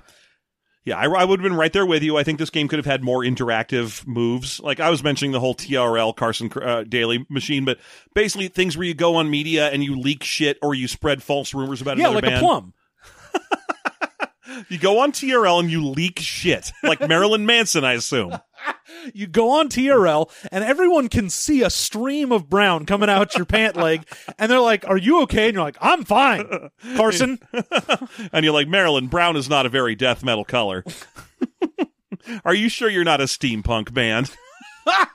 Yeah, I, I would have been right there with you. I think this game could have had more interactive moves. Like I was mentioning the whole TRL Carson uh, Daily machine, but basically things where you go on media and you leak shit or you spread false rumors about Yeah, another like band. a plum. You go on TRL and you leak shit, like Marilyn Manson, I assume. You go on TRL, and everyone can see a stream of brown coming out your pant leg, and they're like, Are you okay? And you're like, <laughs> I'm fine, Carson. And you're like, Marilyn Brown is not a very death metal color. <laughs> Are you sure you're not a steampunk band? ah,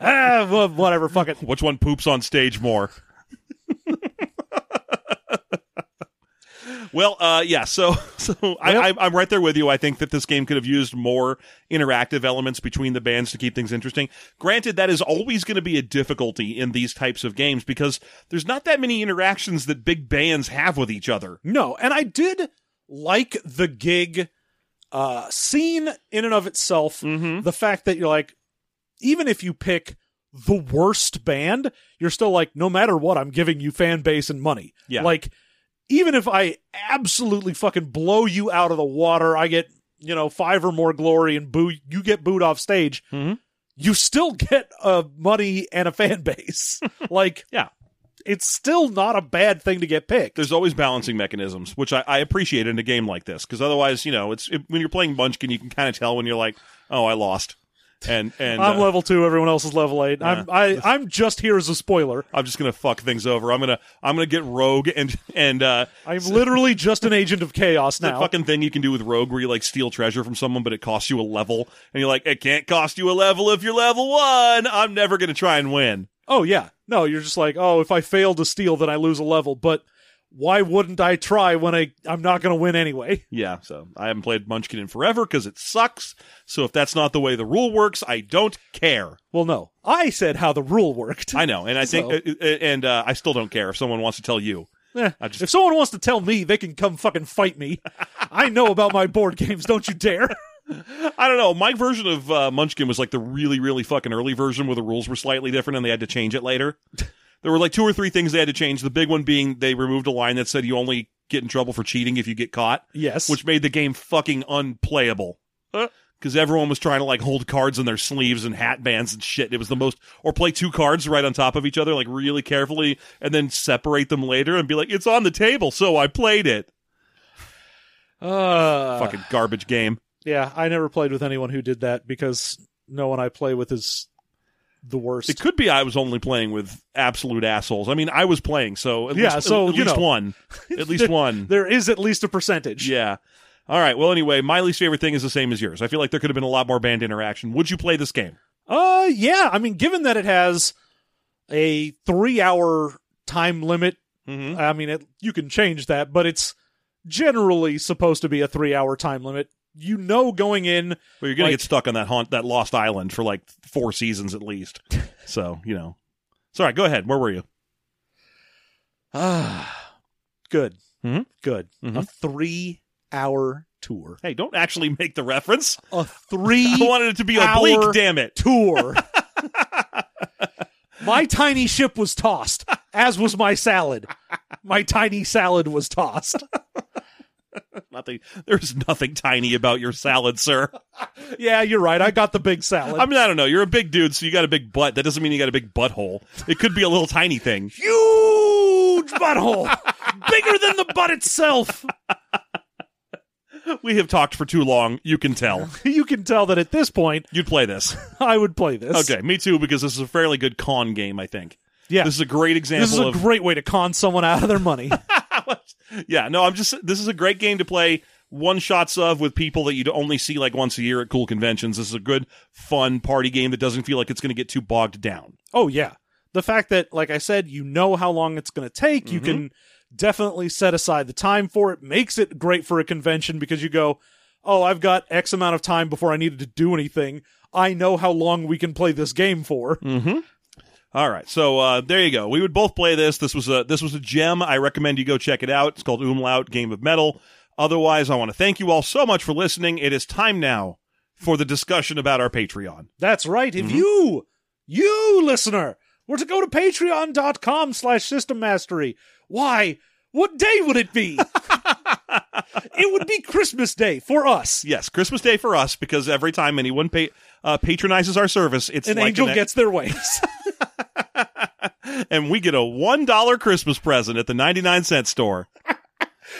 well, whatever, fuck it. Which one poops on stage more? <laughs> well, uh, yeah. So, <laughs> so I, I, I'm right there with you. I think that this game could have used more interactive elements between the bands to keep things interesting. Granted, that is always going to be a difficulty in these types of games because there's not that many interactions that big bands have with each other. No, and I did like the gig uh, scene in and of itself. Mm-hmm. The fact that you're like, even if you pick the worst band, you're still like, no matter what, I'm giving you fan base and money. Yeah. Like, even if I absolutely fucking blow you out of the water, I get, you know, five or more glory and boo, you get booed off stage, Mhm. you still get uh, money and a fan <laughs> base. like, Yeah. It's still not a bad thing to get picked. There's always balancing mechanisms, which I, I appreciate in a game like this because otherwise, you know, it's it, when you're playing Munchkin, you can kind of tell when you're like, oh, I lost. And, and I'm uh, level two. Everyone else is level eight. I'm I, I'm just here as a spoiler. I'm just gonna fuck things over. I'm gonna I'm gonna get rogue and and uh <laughs> I'm literally just an agent of chaos the now. fucking thing you can do with rogue where you like steal treasure from someone but it costs you a level and you're like, it can't cost you a level if you're level one. I'm never gonna try and win. oh yeah, no, you're just like, oh, if I fail to steal, then I lose a level. But why wouldn't I try when I I'm not going to win anyway? Yeah, so I haven't played Munchkin in forever because it sucks. So if that's not the way the rule works, I don't care. Well, no, I said how the rule worked. <laughs> I know, and I think, uh, uh, and uh, I still don't care if someone wants to tell you. Eh, I just- if <laughs> someone wants to tell me, they can come fucking fight me. I know about my board games. Don't you dare. I don't know. My version of uh, Munchkin was like the really, really fucking early version where the rules were slightly different and they had to change it later. There were like two or three things they had to change. The big one being they removed a line that said you only get in trouble for cheating if you get caught, <laughs> Yes. which made the game fucking unplayable. Because everyone was trying to like hold cards in their sleeves and hat bands and shit. It was the most, or play two cards right on top of each other, like really carefully, and then separate them later and be like, it's on the table, so I played it. uh, fucking garbage game. Yeah, I never played with anyone who did that because no one I play with is the worst. It could be I was only playing with absolute assholes. I mean, I was playing, so at Yeah, least, so, at you least know. one, at <laughs> least one. there is at least a percentage. Yeah. All right. Well, anyway, my least favorite thing is the same as yours. I feel like there could have been a lot more band interaction. Would you play this game? Uh yeah, I mean given that it has a 3-hour time limit, Mm-hmm. I mean it, you can change that, but it's generally supposed to be a 3-hour time limit. You know <sighs> going in Well, you're gonna Like- get stuck on that haunt, that lost island for like four seasons at least. <laughs> so you know. It's all right. Go ahead. Where were you? ah good. Mhm. Good. A Mhm. 3-hour tour. Hey, don't actually make the reference. <laughs> A I 3 wanted it to be oblique. Our- Damn it. <laughs> tour. my tiny ship was tossed, as was my salad. My tiny salad was tossed. Nothing. There's nothing tiny about your salad, sir. Yeah, you're right. I got the big salad. I mean, I don't know. You're a big dude, so you got a big butt. That doesn't mean you got a big butthole. It could be a little tiny <laughs> thing. huge butthole, bigger than the butt itself. We have talked for too long. You can <laughs> tell. You can tell that at this point, You'd play this. I would play this. Okay, me too, because this is a fairly good con game, I think. yeah, This is a great example this is a of. great way to con someone out of their money. yeah, no, I'm just. This is a great game to play one shots of with people that you'd only see like once a year at cool conventions. This is a good, fun party game that doesn't feel like it's going to get too bogged down. Oh yeah. The fact that like I said, you know how long it's going to take, you can Mm-hmm. definitely set aside the time for it. Makes it great for a convention because you go, "Oh, I've got X amount of time before I needed to do anything. I know how long we can play this game for." Mm. All right, so uh, there you go. We would both play this. This was a this was a gem. I recommend you go check it out. It's called Umlaut Game of Metal. Otherwise, I want to thank you all so much for listening. It is time now for the discussion about our Patreon. That's right. Mm-hmm. If you, you listener, were to go to patreon.com slash system mastery, why, what day would <laughs> it be? it would be Christmas Day for us. Yes, Christmas Day for us because every time anyone pa- uh, patronizes our service, it's An like angel an- e, gets their ways. and we get a one dollar Christmas present at the ninety nine cent store.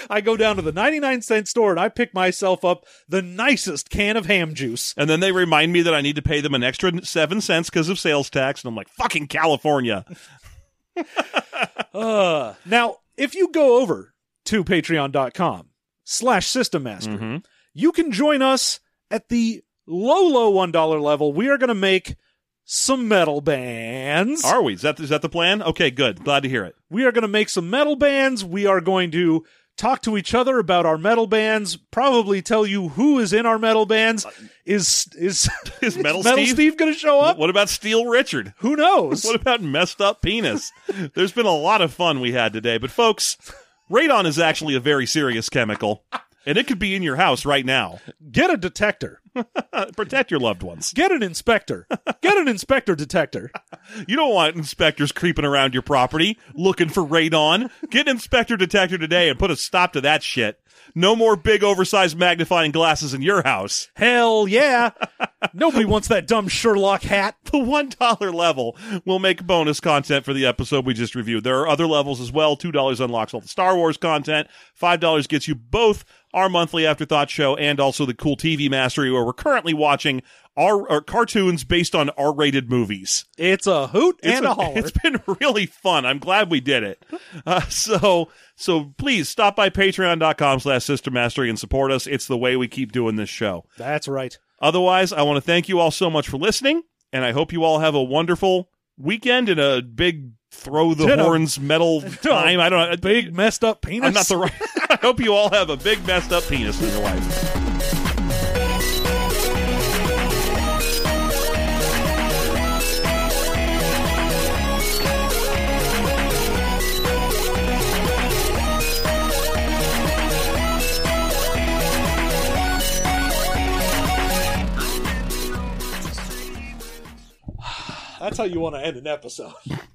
I go down to the 99 cent store and I pick myself up the nicest can of <laughs> ham juice. And then they remind me that I need to pay them an extra seven cents because of sales tax, and I'm like, "Fucking California!" Uh, now, if you go over to patreon.com slash system master, Mhm. you can join us at the low, low $1 level. We are going to make some metal bands. Are we? Is that is that the plan? Okay, good. Glad to hear it. we are going to make some metal bands. We are going to talk to each other about our metal bands, probably tell you who is in our metal bands. Is is, <laughs> Is Uh, Metal Steve? going to show up? What about Steel Richard? Who <laughs> knows? What about messed up penis? There's been a lot of fun we had today, but folks, radon is actually a very serious chemical, and it could be in your house right now. Uh, Get a detector. Protect your loved ones. Get an inspector. Get an inspector detector. You don't want inspectors creeping around your property looking for radon. Get an inspector detector today and put a stop to that shit. No more big oversized magnifying glasses in your house. Hell yeah. Nobody wants that dumb Sherlock hat. the one dollar level will make bonus content for the episode we just reviewed. There are other levels as well. Two dollars unlocks all the Star Wars content. Five dollars gets you both our monthly Afterthought show and also the cool TV mastery where we're currently watching our, our cartoons based on R-rated movies. It's a hoot It's and a, a- holler. It's been <laughs> really fun. I'm glad we did it. Uh, so so please stop by patreon.com slash sister mastery and support us. It's the way we keep doing this show. That's right. Otherwise, I want to thank you all so much for listening, and I hope you all have a wonderful weekend and a big throw the Did a- horns metal time. I don't know. Big messed up penis. I'm not the right. <laughs> I hope you all have a big messed up penis in your life. Thank you. That's how you want to end an episode.